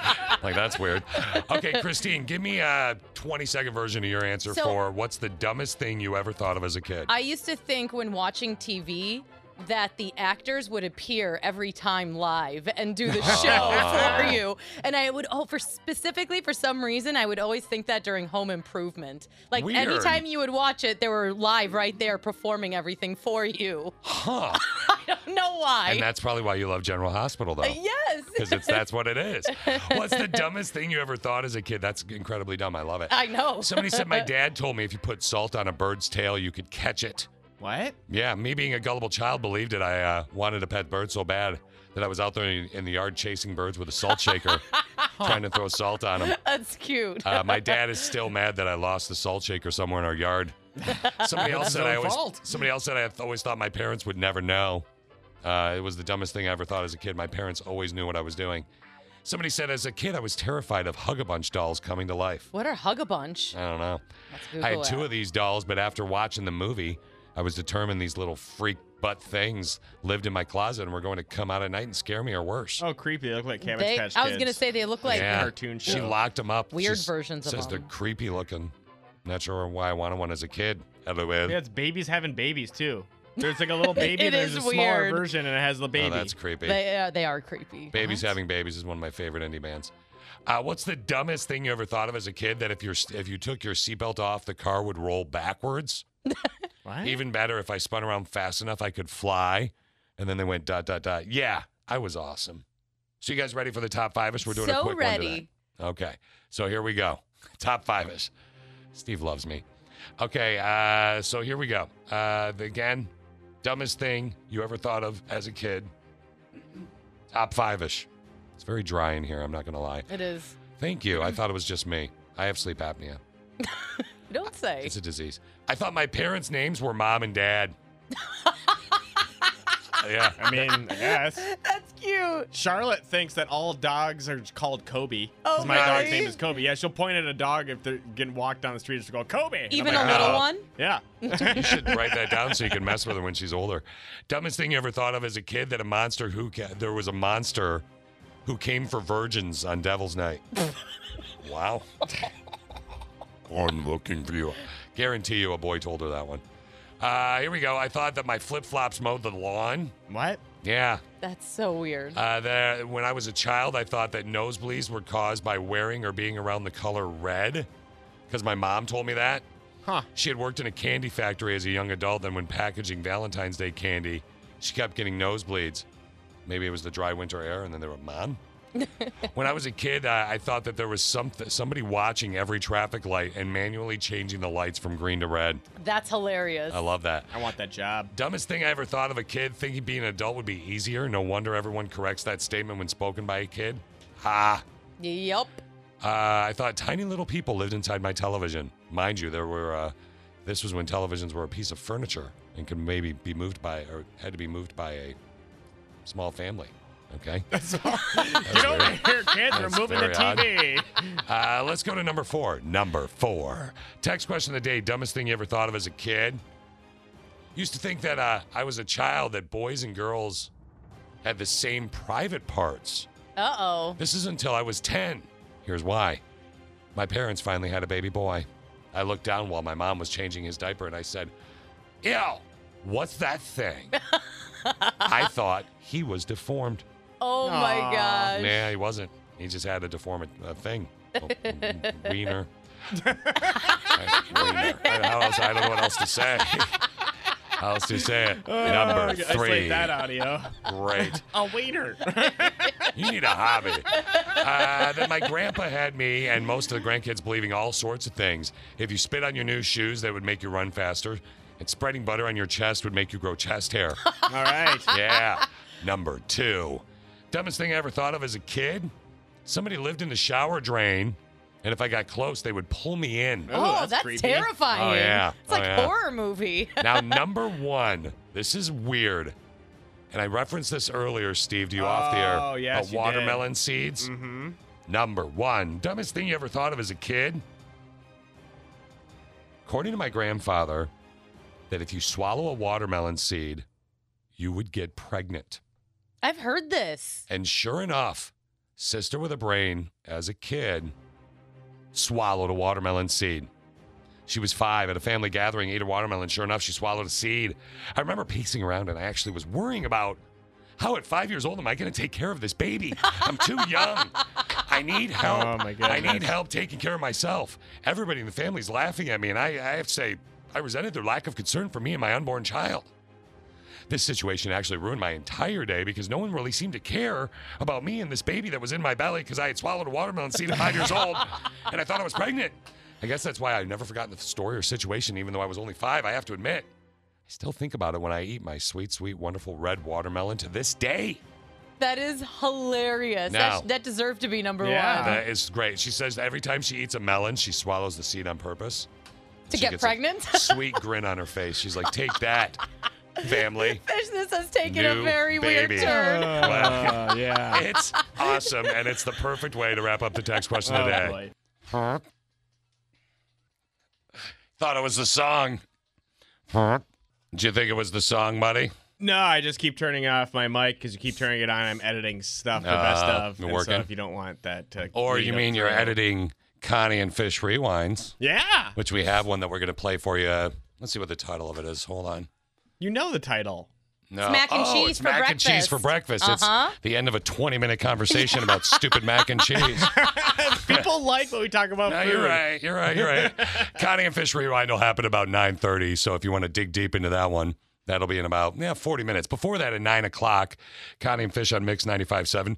Like, that's weird. Okay, Christine, give me a 20 second version of your answer So- for what's the dumbest thing you ever thought of as a kid? I used to think when watching TV that the actors would appear every time live and do the Oh. show for you. And I would oh for specifically for some reason I would always think that during home improvement. Like Weird. anytime you would watch it, they were live right there performing everything for you. huh. I don't know why. And that's probably why you love General Hospital, though. Uh, yes. Because it's that's what it is. What's the dumbest thing you ever thought as a kid? That's incredibly dumb. I love it. I know. Somebody said my dad told me if you put salt on a bird's tail, you could catch it. What? Yeah, me being a gullible child believed it. I uh, wanted a pet bird so bad that I was out there in, in the yard chasing birds with a salt shaker, trying to throw salt on them. That's cute. Uh, my dad is still mad that I lost the salt shaker somewhere in our yard. Somebody else It's said his I own always. fault. Somebody else said I th- always thought my parents would never know. Uh, it was the dumbest thing I ever thought as a kid. My parents always knew what I was doing. Somebody said as a kid I was terrified of Hug a Bunch dolls coming to life. What are hug a bunch? I don't know. Google I had two it. of these dolls, but after watching the movie, I was determined these little freak butt things lived in my closet and were going to come out at night and scare me or worse. Oh, creepy. They look like Cabbage They, Patch Kids. I was gonna say they look like yeah. cartoon She show. locked them up. Weird She s- versions of says they're them. creepy looking. Not sure why I wanted one as a kid. Hello, Yeah, it's babies having babies too. There's like a little baby. It and is there's a smaller weird. version, and it has the baby. Oh, that's creepy. they, uh, they are creepy. Babies having babies is one of my favorite indie bands. Uh, what's the dumbest thing you ever thought of as a kid that if you if you took your seatbelt off, the car would roll backwards? Even better, if I spun around fast enough, I could fly. And then they went dot dot dot. Yeah, I was awesome. So you guys ready for the top five ish? We're doing a So quick one ready. today. Okay, so here we go. Top five ish. Steve loves me. Okay, uh, so here we go. Uh, the- again, dumbest thing you ever thought of as a kid. Top five ish. It's very dry in here. I'm not gonna lie. It is. Thank you. I thought it was just me. I have sleep apnea. Don't say. It's a disease. I thought my parents' names were mom and dad. yeah. I mean, I guess. That's cute. Charlotte thinks that all dogs are called Kobe. 'cause Oh, my dog's really? name is Kobe. Yeah, she'll point at a dog if they're getting walked down the street. She'll go Kobe. And I'm Even like, a little "Oh." one? Yeah. you should write that down so you can mess with her when she's older. Dumbest thing you ever thought of as a kid that a monster who ca- there was a monster who came for virgins on Devil's Night. wow. I'm looking for you. Guarantee you, a boy told her that one. Uh, here we go. I thought that my flip flops mowed the lawn. What? Yeah. That's so weird. Uh, the, when I was a child, I thought that nosebleeds were caused by wearing or being around the color red because my mom told me that. Huh. She had worked in a candy factory as a young adult, and when packaging Valentine's Day candy, she kept getting nosebleeds. Maybe it was the dry winter air, and then they were, Mom? when I was a kid, uh, I, I thought that there was some, somebody watching every traffic light and manually changing the lights from green to red. That's hilarious. I love that. I want that job. Dumbest thing I ever thought of a kid thinking being an adult would be easier. No wonder everyone corrects that statement when spoken by a kid. Ha. Yep. Uh, I thought tiny little people lived inside my television. Mind you, there were. Uh, this was when televisions were a piece of furniture and could maybe be moved by or had to be moved by a small family. Okay. Get over here, kids. We're That's moving the very odd. TV. Uh, let's go to number four. Number four. Text question of the day. Dumbest thing you ever thought of as a kid? Used to think that uh, I was a child that boys and girls had the same private parts. Uh oh. This is until I was 10. Here's why. My parents finally had a baby boy. I looked down while my mom was changing his diaper and I said, Ew, what's that thing? I thought he was deformed. Oh my gosh. Nah, he wasn't. He just had a deformed uh, thing. A wiener. I- wiener. I, how else, I don't know what else to say. how else to say it? Oh, Number I three. Isolate that audio. Great. A wiener. You need a hobby. Uh, then my grandpa had me and most of the grandkids believing all sorts of things. If you spit on your new shoes, that would make you run faster. And spreading butter on your chest would make you grow chest hair. All right. yeah. Number two. Dumbest thing I ever thought of as a kid? Somebody lived in the shower drain, and if I got close, they would pull me in. oh, that's, terrifying. Oh, yeah. It's like oh, yeah. horror movie. Now, number one, this is weird. And I referenced this earlier, Steve, to you off the air. Oh, yes, About you did. watermelon seeds. Mm-hmm. Number one, dumbest thing you ever thought of as a kid? According to my grandfather, that if you swallow a watermelon seed, you would get pregnant. I've heard this. And sure enough, Sister with a Brain, as a kid, swallowed a watermelon seed. She was five at a family gathering, ate a watermelon. Sure enough, she swallowed a seed. I remember pacing around and I actually was worrying about how at five years old am I going to take care of this baby? I'm too young. I need help. Oh, my I need goodness. help taking care of myself. Everybody in the family's laughing at me, and I, I have to say, I resented their lack of concern for me and my unborn child. This situation actually ruined my entire day because no one really seemed to care about me and this baby that was in my belly because I had swallowed a watermelon seed at five years old and I thought I was pregnant. I guess that's why I've never forgotten the story or situation, even though I was only five, I have to admit. I still think about it when I eat my sweet, sweet, wonderful red watermelon to this day. That is hilarious. That, Now- that deserved to be number one. That is great. She says that every time she eats a melon, she swallows the seed on purpose. To She get gets a pregnant? sweet grin on her face. She's like, take that, family. This has taken a New very baby. weird turn. Wow. yeah. It's awesome, and it's the perfect way to wrap up the text question of the Oh, day. boy. Huh? Thought it was the song. Huh? Did you think it was the song, buddy? No, I just keep turning off my mic because you keep turning it on. I'm editing stuff, the best Uh, of. you're and so working? if you don't want that to. Or lead you up mean you're through- editing Connie and Fish Rewinds? Yeah. Which we have one that we're going to play for you. Let's see what the title of it is. Hold on. You know the title. No. It's mac and oh, cheese it's for mac and cheese breakfast. for breakfast. Uh-huh. It's the end of a 20 minute conversation about stupid mac and cheese. People like what we talk about. No, food. you're right. You're right. You're right. Connie and Fish Rewind will happen about 9.30. So if you want to dig deep into that one, that'll be in about yeah, 40 minutes. Before that, at 9 o'clock, Connie and Fish on Mix 95.7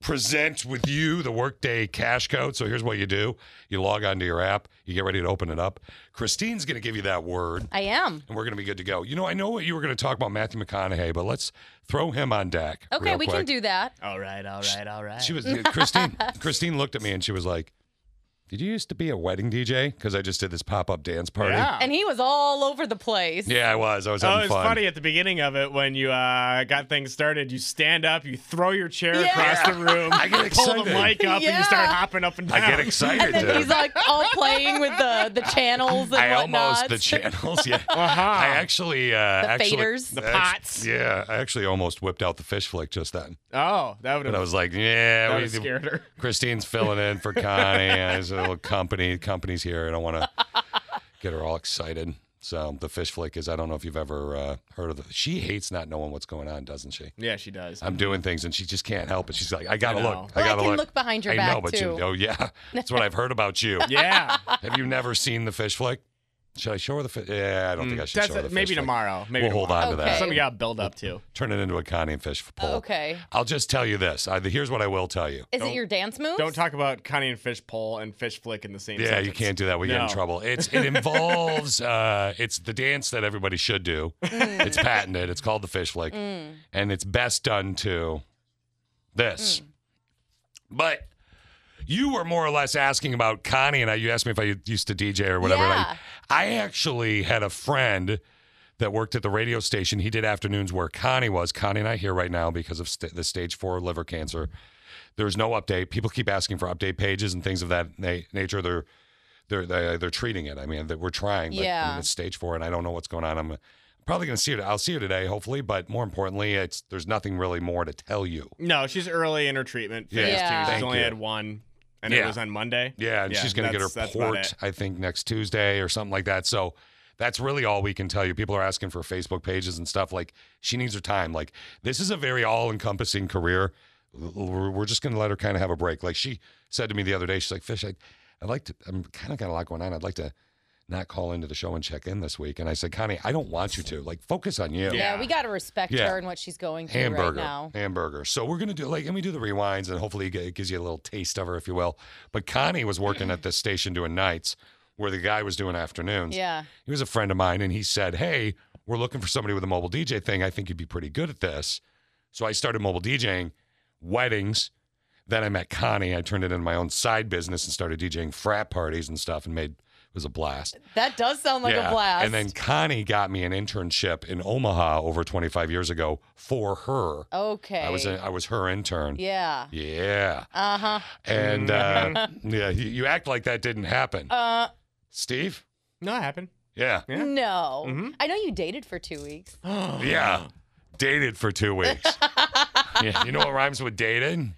present with you the Workday cash code. So here's what you do. You log onto your app. You get ready to open it up. Christine's going to give you that word. I am. And we're going to be good to go. You know, I know what you were going to talk about Matthew McConaughey, but let's throw him on deck. Okay, real we quick. uh, can do that. All right, all right, all right. She was Christine. Christine looked at me and she was like, Did you used to be a wedding DJ? Because I just did this pop up dance party. And he was all over the place. Yeah, I was. I was Oh, having it's fun. funny at the beginning of it when you uh, got things started. You stand up, you throw your chair Yeah. across the room, I get pull the excited. mic up, and you start Yeah. hopping up and I down. get excited, And then he's like all playing with the the channels and I almost whatnot. the channels. Yeah, I actually uh, The actually, faders. The act- pots. yeah, I actually almost whipped out the fish flick just then. Oh, that would But have. I was like, yeah, That we- would've scared her. Christine's filling in for Connie. There's a little company. Company's here. I don't want to get her all excited. So the fish flick is. I don't know if you've ever uh, heard of. The, she hates not knowing what's going on, doesn't she? Yeah, she does. I'm doing things and she just can't help it. She's like, I gotta I look. know. I Well, I gotta can look. look behind your I know, back, but too. you. Oh yeah, that's what I've heard about you. Yeah. Have you never seen the fish flick? Should I show her the fish? Yeah, I don't think I should That's show her the it. fish maybe flick. tomorrow. Maybe we'll hold tomorrow. on to that. Something you got to build up to. Turn it into a Connie and fish poll. okay. I'll just tell you this. I, here's what I will tell you. Is it your dance moves? Don't talk about Connie and fish pole and fish flick in the same. Yeah, sentence. you can't do that. We get in No. trouble. It's it involves uh, it's the dance that everybody should do. It's patented. It's called the fish flick, Mm. and it's best done to this. But you were more or less asking about Connie, and I, you asked me if I used to DJ or whatever. and I- I, actually had a friend that worked at the radio station. He did afternoons where Connie was. Connie and I here right now because of st- the stage four liver cancer. There's no update. People keep asking for update pages and things of that na- nature. They're they're they're, they're treating it. I mean, that we're trying. But I Yeah. mean, it's stage four, and I don't know what's going on. I'm probably going to see her. I'll see her today, hopefully. But more importantly, it's there's nothing really more to tell you. No, she's early in her treatment phase Yeah. too. She's Thank only you. had one, and it Yeah. was on Monday. Yeah, and she's going to get her that's- that's about port, it. I think, next Tuesday or something like that. So that's really all we can tell you. People are asking for Facebook pages and stuff. Like, she needs her time. Like, this is a very all encompassing career. L- l- We're we're just going to let her kind of have a break. Like, she said to me the other day, she's like, Fish, I'd, I'd like to, I'm kind of got a lot going on. I'd like to not call into the show and check in this week. And I said, Connie, I don't want you to. Like, focus on you. yeah. we gotta respect Yeah. her and what she's going through Hamburger, right now. hamburger. So we're gonna do like, and we do the rewinds, and hopefully it g- it gives you a little taste of her, if you will. But Connie was working at this station doing nights, where the guy was doing afternoons. Yeah. he was a friend of mine, and he said, "Hey, we're looking for somebody with a mobile DJ thing. I think you'd be pretty good at this." So I started mobile DJing weddings. Then I met Connie. I turned it into my own side business and started DJing frat parties and stuff, and made it was a blast. That does sound like Yeah. a blast. And then Connie got me an internship in Omaha over 25 years ago for her. okay. I was a, I was her intern. yeah. Yeah. Uh huh. And Mm. uh, yeah, you, you act like that didn't happen, Uh. Steve. No, it happened. Yeah. No. Mhm. I know you dated for two weeks. Yeah. Dated for two weeks. yeah. You know what rhymes with dated?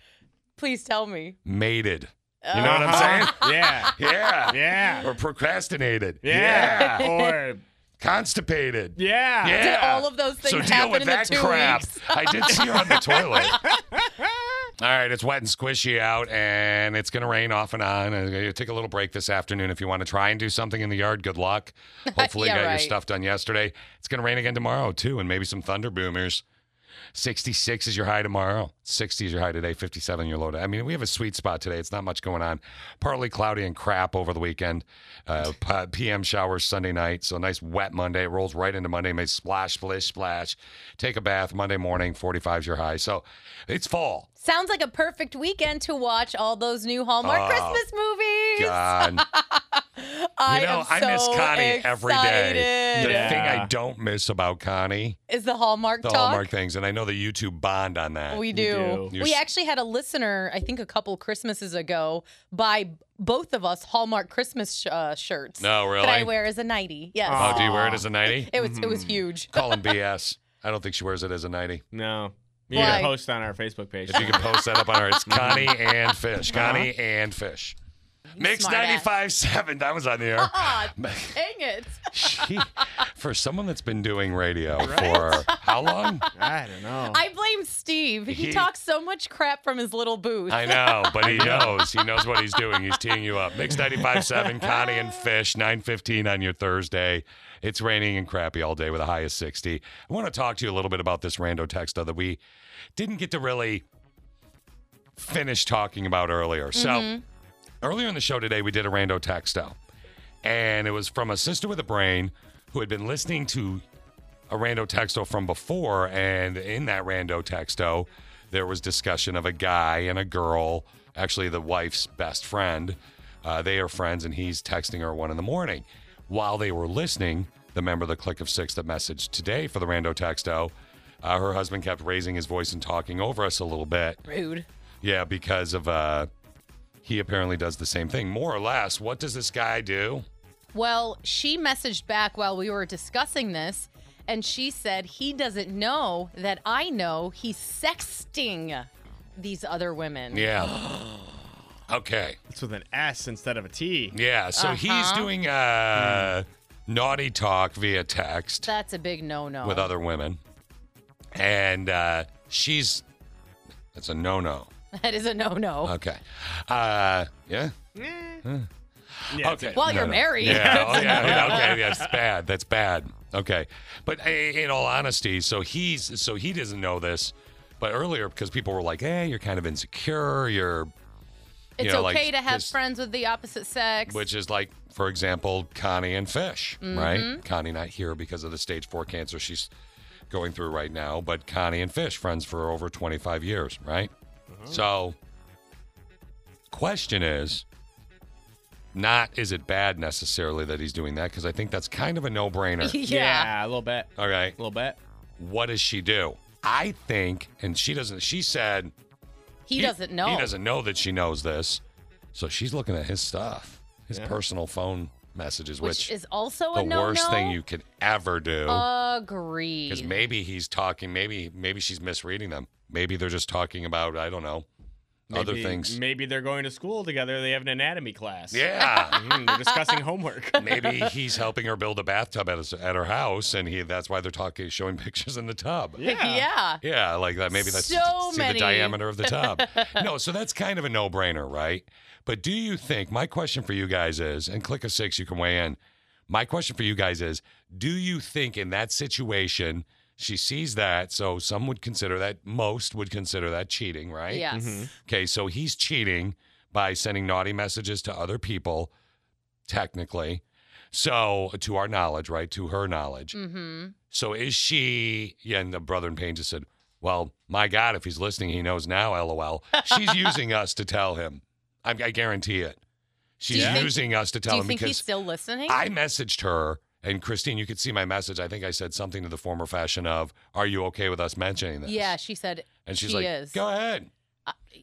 Please tell me. Mated. You know what I'm saying? Uh-huh. Yeah. Yeah. Yeah. Or procrastinated. Yeah. Or constipated. Yeah. Yeah. Did all of those things so deal happen with in that the two crap. weeks? I did see her on the toilet. All right, it's wet and squishy out, and it's going to rain off and on. And you take a little break this afternoon if you want to try and do something in the yard. Good luck. Hopefully, Yeah, you got your right. stuff done yesterday. It's going to rain again tomorrow too, and maybe some thunder boomers. 66 is your high tomorrow. 60 is your high today. 57 your low. today. I mean, we have a sweet spot today. It's not much going on. Partly cloudy and crap over the weekend. Uh, p- PM showers Sunday night. So nice wet Monday. It rolls right into Monday. May splash, splish, splash. Take a bath Monday morning. 45 is your high. So it's fall. Sounds like a perfect weekend to watch all those new Hallmark Oh, Christmas movies. God. I you know, am I so miss Connie every day. excited. The thing I don't miss about Connie, is the Hallmark the talk. Hallmark things, and I know that you two bond on that. We do. You're We s- actually had a listener, I think a couple Christmases ago, buy both of us Hallmark Christmas sh- uh, shirts. No, really? That I wear as a nighty. Yes. Oh, do you wear it as a Mm-hmm. nighty? It was it was huge. Call him BS. I don't think she wears it as a nighty. No. You Why? can post on our Facebook page. Mm-hmm. If you could post that up on our, it's Connie and Fish. Connie Uh-huh. and Fish. Mix 95.7. That was on the air. Ah, dang it. She, for someone that's been doing radio Right? for how long? I don't know. I blame Steve. He, He- talks so much crap from his little booth. I know, but he knows. He knows what he's doing. He's teeing you up. Mix 95.7, Connie and Fish, 9.15 on your Thursday. It's raining and crappy all day with a high of 60. I want to talk to you a little bit about this rando text, though, that we didn't get to really finish talking about earlier. So Mhm. earlier in the show today, we did a rando texto, and it was from a sister with a brain who had been listening to a rando texto from before, and in that rando texto, there was discussion of a guy and a girl, actually the wife's best friend, Uh, they are friends, and he's texting her at one in the morning. While they were listening, the member of the Click of Six that messaged today for the Rando Texto, uh, her husband kept raising his voice and talking over us a little bit. Rude. Yeah, because of uh, he apparently does the same thing, more or less. What does this guy do? Well, she messaged back while we were discussing this, and she said he doesn't know that I know he's sexting these other women. Yeah. okay. It's with an S instead of a T. Yeah. So he's Uh-huh. Hmm. doing uh, naughty talk via text. That's a big no-no. with other women, and uh, she's that's a no no. That is a no-no. Okay, uh, yeah. Huh. Yeah, okay. Well, you're married. Yeah. oh, yeah. Okay. That's bad. That's bad. Okay. But uh, in all honesty, so he's so he doesn't know this, but earlier because people were like, "Hey, you're kind of insecure. You're." It's you know, like okay to have this- friends with the opposite sex. which is like, for example, Connie and Fish, right? Mhm. Connie not here because of the stage four cancer she's going through right now, but Connie and Fish, friends for over 25 years, right? Uh-huh. So, question is not is it bad necessarily that he's doing that? Because I think that's kind of a no brainer. Yeah. a little bit. All right. A little bit. What does she do? I think, and she doesn't, she said, he, doesn't know. he doesn't know that she knows this. So she's looking at his stuff, his Yeah. personal phone messages, which, which, is also the a no-no. Oh, worst thing you could ever do. Because Agreed. maybe he's talking, maybe maybe she's misreading them. Maybe they're just talking about I don't know other Maybe- things. Maybe they're going to school together. They have an anatomy class. Yeah. Mhm, they're discussing homework. Maybe he's helping her build a bathtub at, his, at her house, and he that's why they're talking, showing pictures in the tub. Yeah. yeah. Yeah, like that. Maybe that's So see many. the diameter of the tub. no, so that's kind of a no-brainer, right? But do you think my question for you guys is, and click a six, you can weigh in. My question for you guys is, do you think in that situation she sees that? So some would consider that, most would consider that cheating, right? Yes. Mhm. Okay, so he's cheating by sending naughty messages to other people, technically. So to our knowledge, right? To her knowledge. Mm-hmm. So is she? Yeah, and the brother in pain just said, "Well, my God, if he's listening, he knows now." LOL. She's using us to tell him. I, I guarantee it. She's you think- using us to tell Do you him think he's because still listening? I messaged her, and Christine, you could see my message. I think I said something to the former fashion of, "Are you okay with us mentioning this?" Yeah, she said. And she's she like, is. "Go ahead."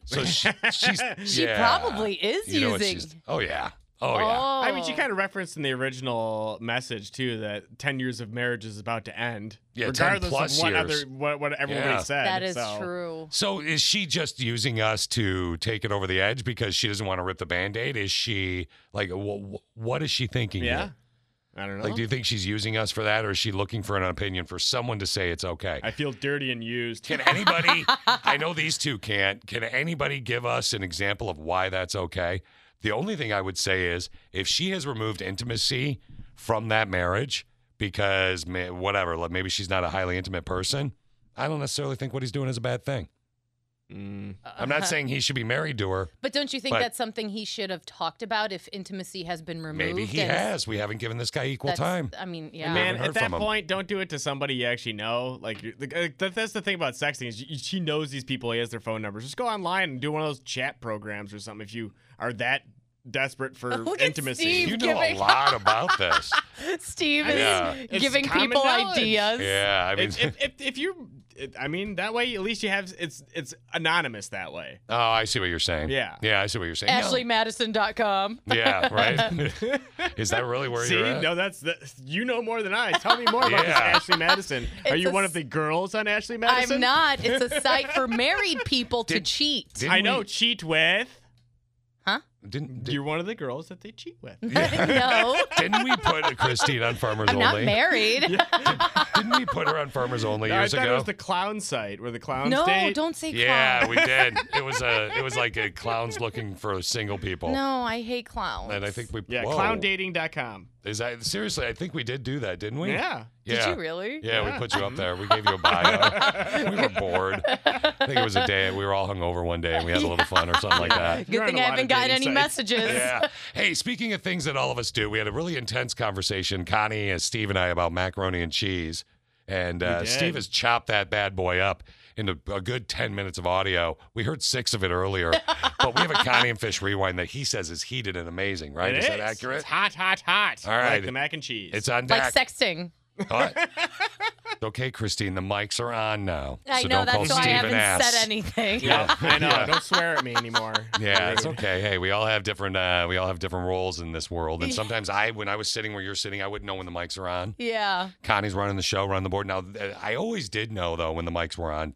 So she, she's She yeah. probably is You know what using- she's- oh yeah. Oh yeah. I mean, she Oh. kind of referenced in the original message too that ten years of marriage is about to end. Yeah, 10 regardless plus of what years. other what, what everybody Yeah. said. That is so. true. So is she just using us to take it over the edge because she doesn't want to rip the band-aid? Is she like wh- wh- what is she thinking? Yeah. here? I don't know. Like do you think she's using us for that or is she looking for an opinion for someone to say it's okay? I feel dirty and used. Can anybody I know these two can't. Can anybody give us an example of why that's okay? The only thing I would say is if she has removed intimacy from that marriage because ma- whatever, like maybe she's not a highly intimate person, I don't necessarily think what he's doing is a bad thing. Mm. I'm not saying he should be married to her. But don't you think But- that's something he should have talked about if intimacy has been removed? Maybe he and has. We haven't given this guy equal that's- time. I mean, yeah. And man, heard at that from him. point, don't do it to somebody you actually know. Like, you- like, uh, that- that's the thing about sexting is you- she knows these people. He has their phone numbers. Just go online and do one of those chat programs or something. If you are that desperate for Look at intimacy, Steve You know a giving- lot about this. Steve I is mean, it's giving common people knowledge. ideas. Yeah, I mean, if, if, if, if you, it, I mean, that way at least you have it's it's anonymous that way. oh, I see what you're saying. Yeah. yeah, I see what you're saying. No. AshleyMadison.com. Yeah, right. Is that really where See, you're at? no, that's the, you know more than I. Tell me more about this Yeah. Ashley Madison. Are It's you a one s- of the girls on Ashley Madison? I'm not. It's a site for married people to cheat. didn't I know. we- Cheat with. Huh? Didn't You're one of the girls that they cheat with. no, didn't we put Christine on Farmers I'm not Only? married. Didn't we put her on Farmers Only No, I years thought ago? it was the clown site where the clowns No, date. don't say yeah, clown. we did. It was a. It was like a clowns looking for single people. No, I hate clowns. And I think we Yeah, whoa. clowndating.com. Is that seriously? I think we did do that, didn't we? Yeah. Did Yeah. you really? Yeah, Yeah. we put you up there. We gave you a bio. we were bored. I think it was a day. We were all hungover one day and we had a little fun or something like that. Good thing I haven't gotten any messages. Yeah. Hey, speaking of things that all of us do, we had a really intense conversation, Connie, uh, Steve, and I, about macaroni and cheese. And uh, did. Steve has chopped that bad boy up into a good 10 minutes of audio. We heard six of it earlier, but we have a Connie and Fish rewind that he says is heated and amazing, right? It Is that is. accurate? It's hot, hot, hot. All right. Like the mac and cheese. It's on Like deck. sexting. Alright. okay, Christine, the mics are on now. I so know don't call that's why I Steve haven't an ass. said anything. Yeah. I know. Yeah. Don't swear at me anymore. Yeah, it's okay. Hey, we all have different uh, we all have different roles in this world. And Yeah. sometimes I when I was sitting where you're sitting, I wouldn't know when the mics are on. Yeah. Connie's running the show, running the board. Now th- I always did know though when the mics were on.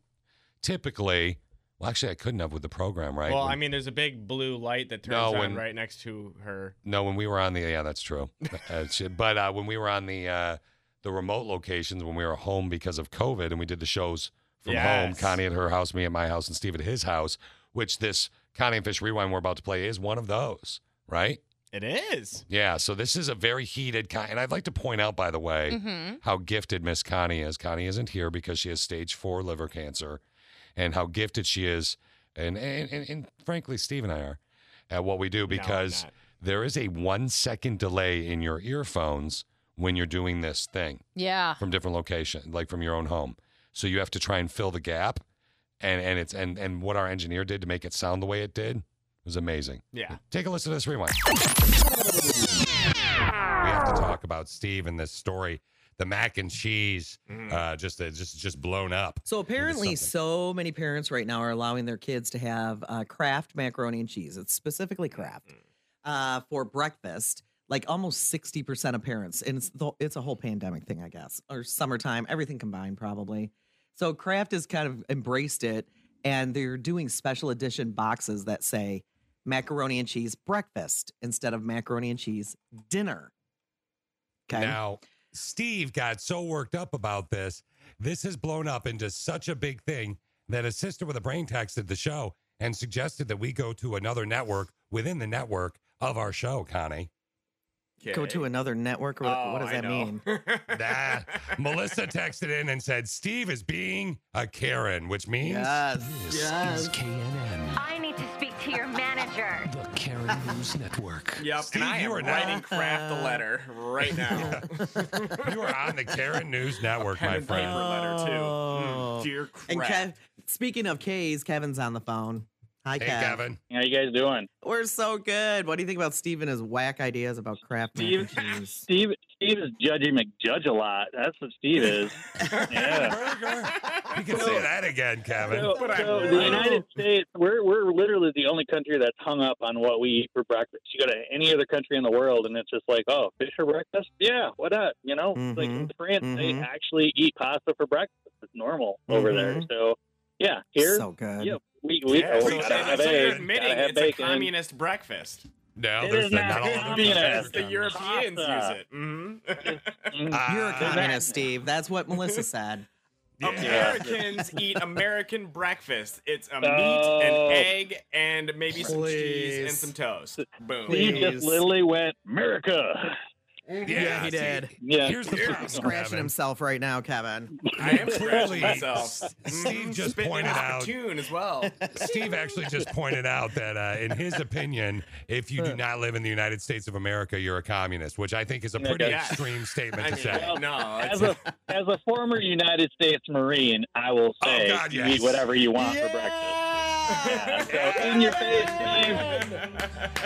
Typically, well actually I couldn't have with the program, right? Well, When- I mean, there's a big blue light that turns No, on when- right next to her. No, when we were on the yeah, that's true. Uh, shit. but uh, when we were on the uh, the remote locations when we were home because of COVID and we did the shows from home, Yes. Connie at her house, me at my house, and Steve at his house, which this Connie and Fish Rewind we're about to play is one of those, right? It is. Yeah. So this is a very heated kind, and I'd like to point out, by the way, Mhm. how gifted Miss Connie is. Connie isn't here because she has stage four liver cancer, and how gifted she is, and and and, and frankly, Steve and I are at what we do because not. there is a one second delay in your earphones when you're doing this thing Yeah. from different location, like from your own home. So you have to try and fill the gap, and and it's and and what our engineer did to make it sound the way it did was amazing. Yeah. Take a listen to this rewind. We have to talk about Steve and this story, the mac and cheese, Mm. uh, just uh, just just blown up. So apparently, so many parents right now are allowing their kids to have uh, Kraft macaroni and cheese. It's specifically Kraft Mm-hmm. uh, for breakfast. Like almost sixty percent of parents, and it's the, it's a whole pandemic thing, I guess, or summertime, everything combined, probably. So Kraft has kind of embraced it, and they're doing special edition boxes that say macaroni and cheese breakfast instead of macaroni and cheese dinner. Okay. Now, Steve got so worked up about this. This has blown up into such a big thing that a sister with a brain texted the show and suggested that we go to another network within the network of our show, Connie. Go to another network. Or what, what Oh, does that mean? Nah. Melissa texted in and said, Steve is being a Karen, which means Yes. This is KNN, I need to speak to your manager. the Karen News Network. Yep, Steve, and I you am are not- writing craft a letter right now. you are on the Karen News Network, Pen my and paper friend. letter too. Oh. Mm, dear And crap. Kev, speaking of K's, Kevin's on the phone. Hi, Hey, Kev. Kevin. How you guys doing? We're so good. What do you think about Steve and his whack ideas about craft mac and Steve, cheese? Steve, Steve is judgy McJudge a lot. That's what Steve is. yeah. You can say that again, Kevin. So, so the United States, we're, we're literally the only country that's hung up on what we eat for breakfast. You go to any other country in the world, and it's just like, oh, fish for breakfast? Yeah, what up? You know, It's Mm-hmm. like in France, they actually eat pasta for breakfast. It's normal over there. Mm-hmm. Mhm. So, yeah, here, So good. yeah, we we Yeah, oh, so, we gotta have so you're eggs, admitting gotta have it's bacon. a communist breakfast. No, It there's is not, not all of them. communist. Because the Pasta. Europeans use it. Mhm. You're a Ah. communist, Steve. That's what Melissa said. Americans eat American breakfast. It's a meat, Oh. an egg, and maybe some cheese and Please. some toast. Boom. Steve just literally went, America. Mm-hmm. Yeah, he see, did. Yeah. Here's the problem, He's scratching Kevin. himself right now, Kevin. I am Clearly, scratching myself. Hmm. Steve just Spitting pointed out out. the Oh. tune as well. Steve actually just pointed out that, uh, in his opinion, if you do not live in the United States of America, you're a communist, which I think is a pretty Okay. extreme statement I to mean, say. no, As it's, a as a former United States Marine, I will say Oh, God, you yes. eat whatever you want for breakfast. Yeah, so in your face, Steve.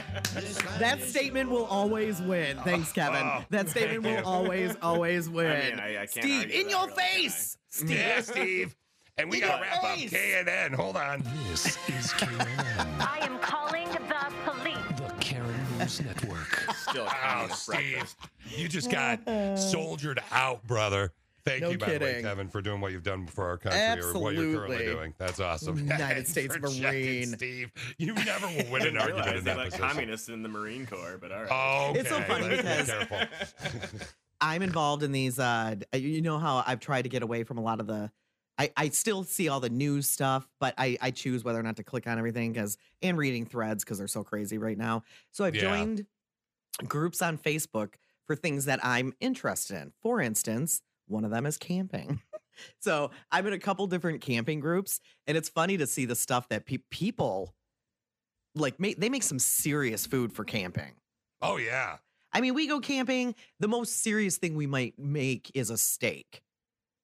That statement will always win. Thanks, Kevin. Oh, that statement thank will you. always, always win. I- I can't Steve, argue in that, your really, can I? face. Steve. Yeah, Steve. And we In got to your wrap up face. K&N. Hold on. This is KNN, I am calling the police. the Karen News Network. still a Oh, communist Steve, you just got soldiered out, brother. Thank No you, by the way, kidding. Kevin, for doing what you've done for our country or what you're currently Absolutely. doing. That's awesome. United And States for checking Marine. Steve, you never will win an I argument realize in they that let position. Oh, communists in the Marine Corps, but all right. Okay, It's so funny let's because- be careful. I'm involved in these. Uh, d- you know how I've tried to get away from a lot of the. I, I still see all the news stuff, but I, I choose whether or not to click on everything because and reading threads because they're so crazy right now. So I've Yeah. joined groups on Facebook for things that I'm interested in. For instance, one of them is camping. so I'm in a couple different camping groups, and it's funny to see the stuff that pe- people like. Make, they make some serious food for camping. Oh yeah, I mean, we go camping. The most serious thing we might make is a steak,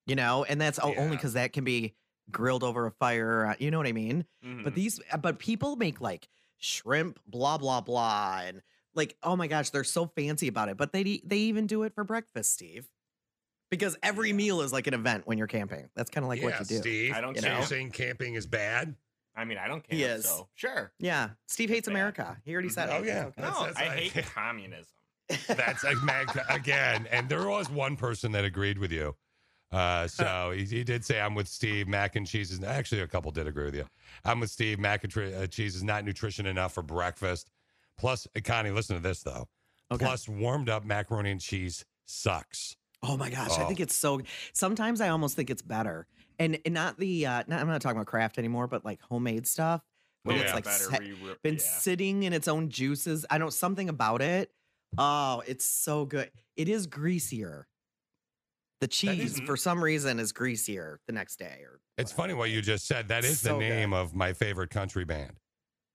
you know, and that's o- only Yeah. because that can be grilled over a fire. uh, You know what I mean? Mhm. Mm-hmm. But these, uh, but people make like shrimp, blah blah blah, and like, oh my gosh, they're so fancy about it. But they d- they even do it for breakfast, Steve, because every meal is like an event when you're camping. That's kind of like what Yeah, you do. Steve. I don't you So know? you're saying camping is bad? I mean, I don't care. He is. So sure. Yeah, Steve hates America. He already said, Oh, it. yeah. Okay. No, That's- that's I like- hate communism. That's a mag again. And there was one person that agreed with you. Uh, so he, he did say, I'm with Steve. Mac and cheese is actually a couple did agree with you. I'm with Steve. Mac and tre- uh, cheese is not nutrition enough for breakfast. Plus, uh, Connie, listen to this though. Okay. Plus, warmed up macaroni and cheese sucks. Oh my gosh, I Oh. think it's so. Sometimes I almost think it's better, and, and not the. Uh, not, I'm not talking about craft anymore, but like homemade stuff when Oh, Yeah. it's like Better set- re- uh, been yeah. sitting in its own juices. I know something about it. Oh, it's so good. It is greasier. The cheese, Mm-hmm. isn't- for some reason, is greasier the next day. Or It's funny what you just said. That is So the good. name of my favorite country band.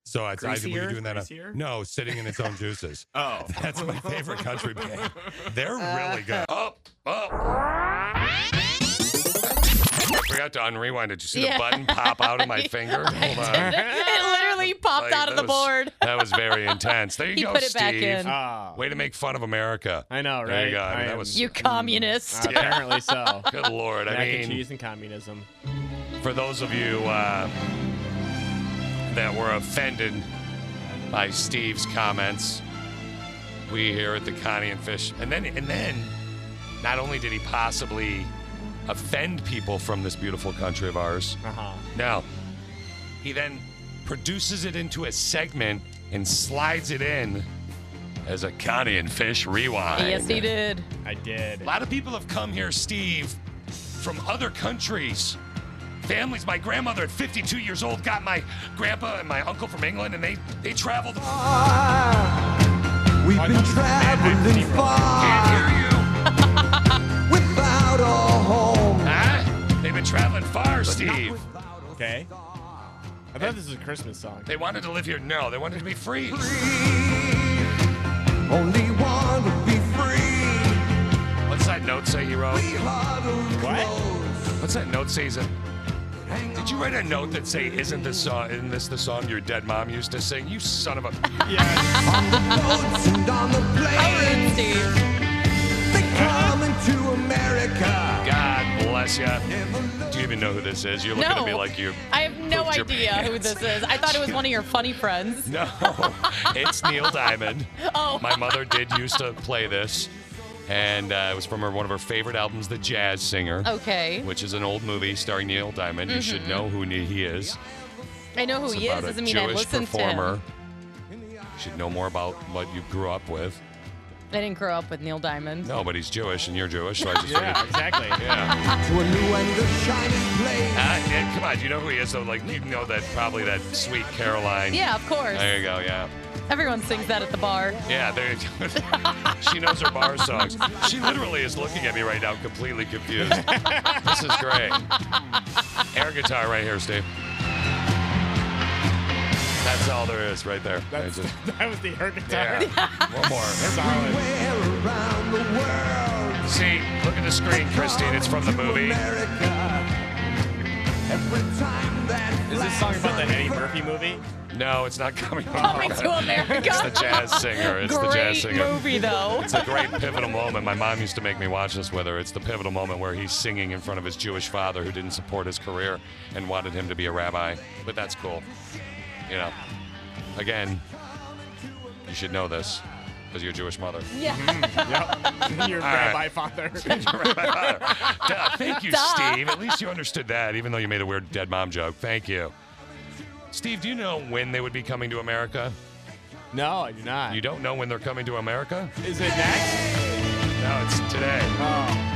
So it's I, were you Greasier? doing that? on- Greasier? no, sitting in its own juices. Oh, That's my favorite country band. They're really good. Uh. Oh, Up, up. Forgot to unrewind. Did you see Yeah. the button pop out of my finger? Hold on. it literally popped Like, out of that the was- board. That was very intense. There you He go, put it Steve. back in. Ah. Way to make fun of America. I know, There you right? go. I mean, I that am- was Mm. You communist. Apparently so. good lord. I Mac mean, and cheese and communism. for those of you uh, that were offended by Steve's comments, we here at the Connie and Fish, and then and then, not only did he possibly offend people from this beautiful country of ours, Uh-huh. now he then produces it into a segment and slides it in as a Connie and Fish rewind. Yes, he did. I did. A lot of people have come here, Steve, from other countries. Families, my grandmother at 52 years old got my grandpa and my uncle from England, and they, they traveled. We've been traveling far without a home. Huh? They've been traveling far, Steve. Okay. I thought this was a Christmas song. They wanted to live here. No, they wanted to be free. Only one would be free. What's that note say you wrote? What? What's that note say? Is it- Did you write a note that say, "Isn't this song? Isn't this the song your dead mom used to sing?" You son of a. Boats and on the planes. They come into America. God bless you. Do you even know who this is? You're looking No. at me like you. I have no Pooped your idea who pants. this is. I thought it was one of your funny friends. No, it's Neil Diamond. Oh. My mother did used to play this, and uh, it was from her, one of her favorite albums, The Jazz Singer. Okay. Which is an old movie starring Neil Diamond. You should Mhm. know who ne- he is. I know who It's he is. about a Doesn't mean I Jewish listened to performer. him. You should know more about what you grew up with. I didn't grow up with Neil Diamond. No, but he's Jewish, and you're Jewish, so I just Yeah, figured- exactly. Yeah. To a new and a shining place. Uh, yeah, come on, do you know who he is? Though, like you know that probably that sweet Caroline. Yeah, of course. There you go. Yeah. Everyone sings that at the bar. Yeah, there you go. she knows her bar songs. She literally is looking at me right now, completely confused. this is great. Air guitar right here, Steve. That's all there is right there. I That's, just- that was the hurt guitar. yeah. One more. Everywhere around the world. See, look at the screen, Christine. It's from the movie. Every time that Is this song about the Eddie Murphy movie? No, it's not coming. Coming to America. It's the jazz singer. It's the jazz Great singer. movie, though. It's a great pivotal moment. My mom used to make me watch this with her. It's the pivotal moment where he's singing in front of his Jewish father who didn't support his career and wanted him to be a rabbi. But that's cool. You know, again, you should know this because your Jewish mother. Mm-hmm. yep. Your All right. rabbi father. Duh, thank you, Duh. Steve. At least you understood that, even though you made a weird dead mom joke. Thank you. Steve, do you know when they would be coming to America? No, I do not. You don't know when they're coming to America? Is it next? No, it's today. No.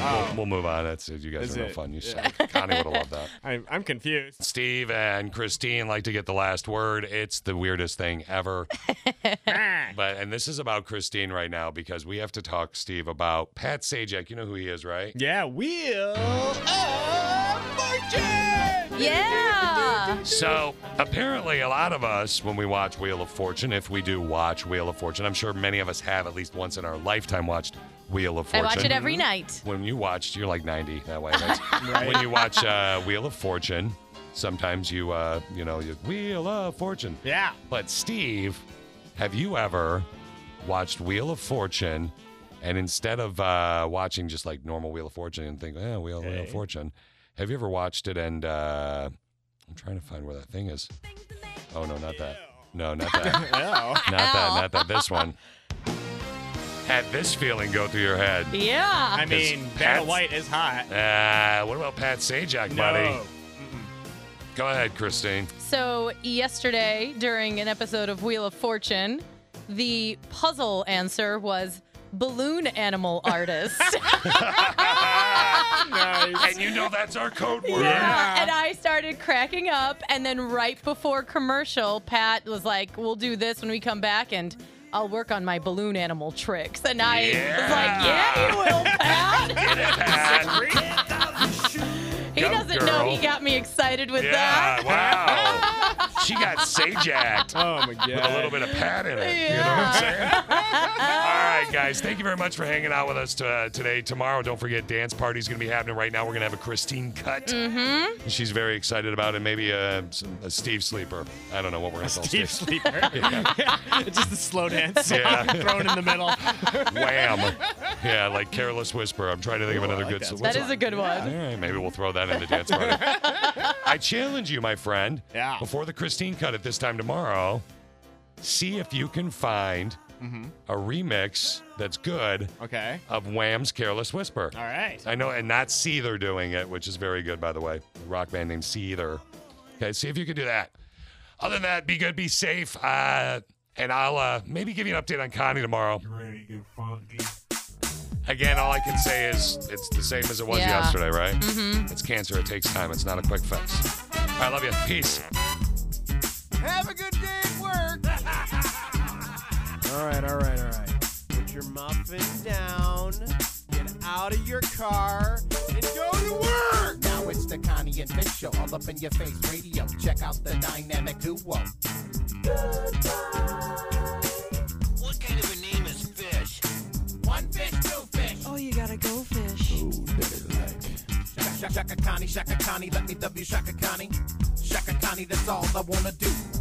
Oh. We'll, we'll move on. That's You guys Is are no it? fun. You Yeah. suck. Connie would have loved that. I'm, I'm confused. Steve and Christine like to get the last word. It's the weirdest thing ever. but and this is about Christine right now because we have to talk, Steve, about Pat Sajak. You know who he is, right? Yeah, Wheel of Fortune! Yeah. So apparently, a lot of us, when we watch Wheel of Fortune, if we do watch Wheel of Fortune, I'm sure many of us have at least once in our lifetime watched Wheel of I Fortune. watch it every night. When you watch, you're like 90 that way. That's- When you watch uh, Wheel of Fortune, sometimes you, uh, you know, you, Wheel of Fortune. Yeah. But Steve, have you ever watched Wheel of Fortune and instead of uh, watching just like normal Wheel of Fortune and think, yeah, Wheel, Wheel of Okay. Fortune, have you ever watched it and uh, I'm trying to find where that thing is. Oh, no, not that. No, not that. Not that, not that. This one. Had this feeling go through your head. Yeah. I Is mean, Vanna Pat's- White is hot. Uh, what about Pat Sajak, buddy? Go ahead, Christine. So, yesterday during an episode of Wheel of Fortune, the puzzle answer was balloon animal artist. Uh-huh. And you know that's our code word. Yeah. And I started cracking up. And then right before commercial, Pat was like, we'll do this when we come back and I'll work on my balloon animal tricks. And I was like, yeah, you will, Pat. he Go, doesn't know girl. he got me excited with Yeah, that. wow. she got Sajak. Oh my god. With a little bit of Pat in it. You know what I'm saying? All right, guys. Thank you very much for hanging out with us to, uh, today. Tomorrow, don't forget, dance party's going to be happening right now. We're going to have a Christine cut. Mm-hmm. She's very excited about it. Maybe a, a Steve sleeper. I don't know what we're going to call Steve Sleeper. Yeah. Just the slow dance Yeah. thrown in the middle. Wham. Yeah, like Careless Whisper. I'm trying to think of another good That is a good one. All right, maybe we'll throw that in the dance party. I challenge you, my friend. Yeah. Before the Christine cut at this time tomorrow, see if you can find a remix that's good. Okay. Of Wham's "Careless Whisper." All right. I know, and not Seether doing it, which is very good, by the way. A rock band named Seether. Okay, see if you can do that. Other than that, be good, be safe, uh, and I'll uh, maybe give you an update on Connie tomorrow. Again, all I can say is it's the same as it was Yeah. yesterday, right? Mhm. It's cancer. It takes time. It's not a quick fix. I love you. Peace. Have a good day at work. all right, all right, all right. Put your muffin down. Get out of your car and go to work. Now it's the Connie and Fish show, all up in your face radio. Check out the dynamic duo. What kind of a name is Fish? One fish, two fish. Oh, you gotta go fish. Ooh, dirty like. Shaka, shaka, Connie, shaka, Connie, let me W, shaka, Connie. Shaka, Connie, that's all I wanna do.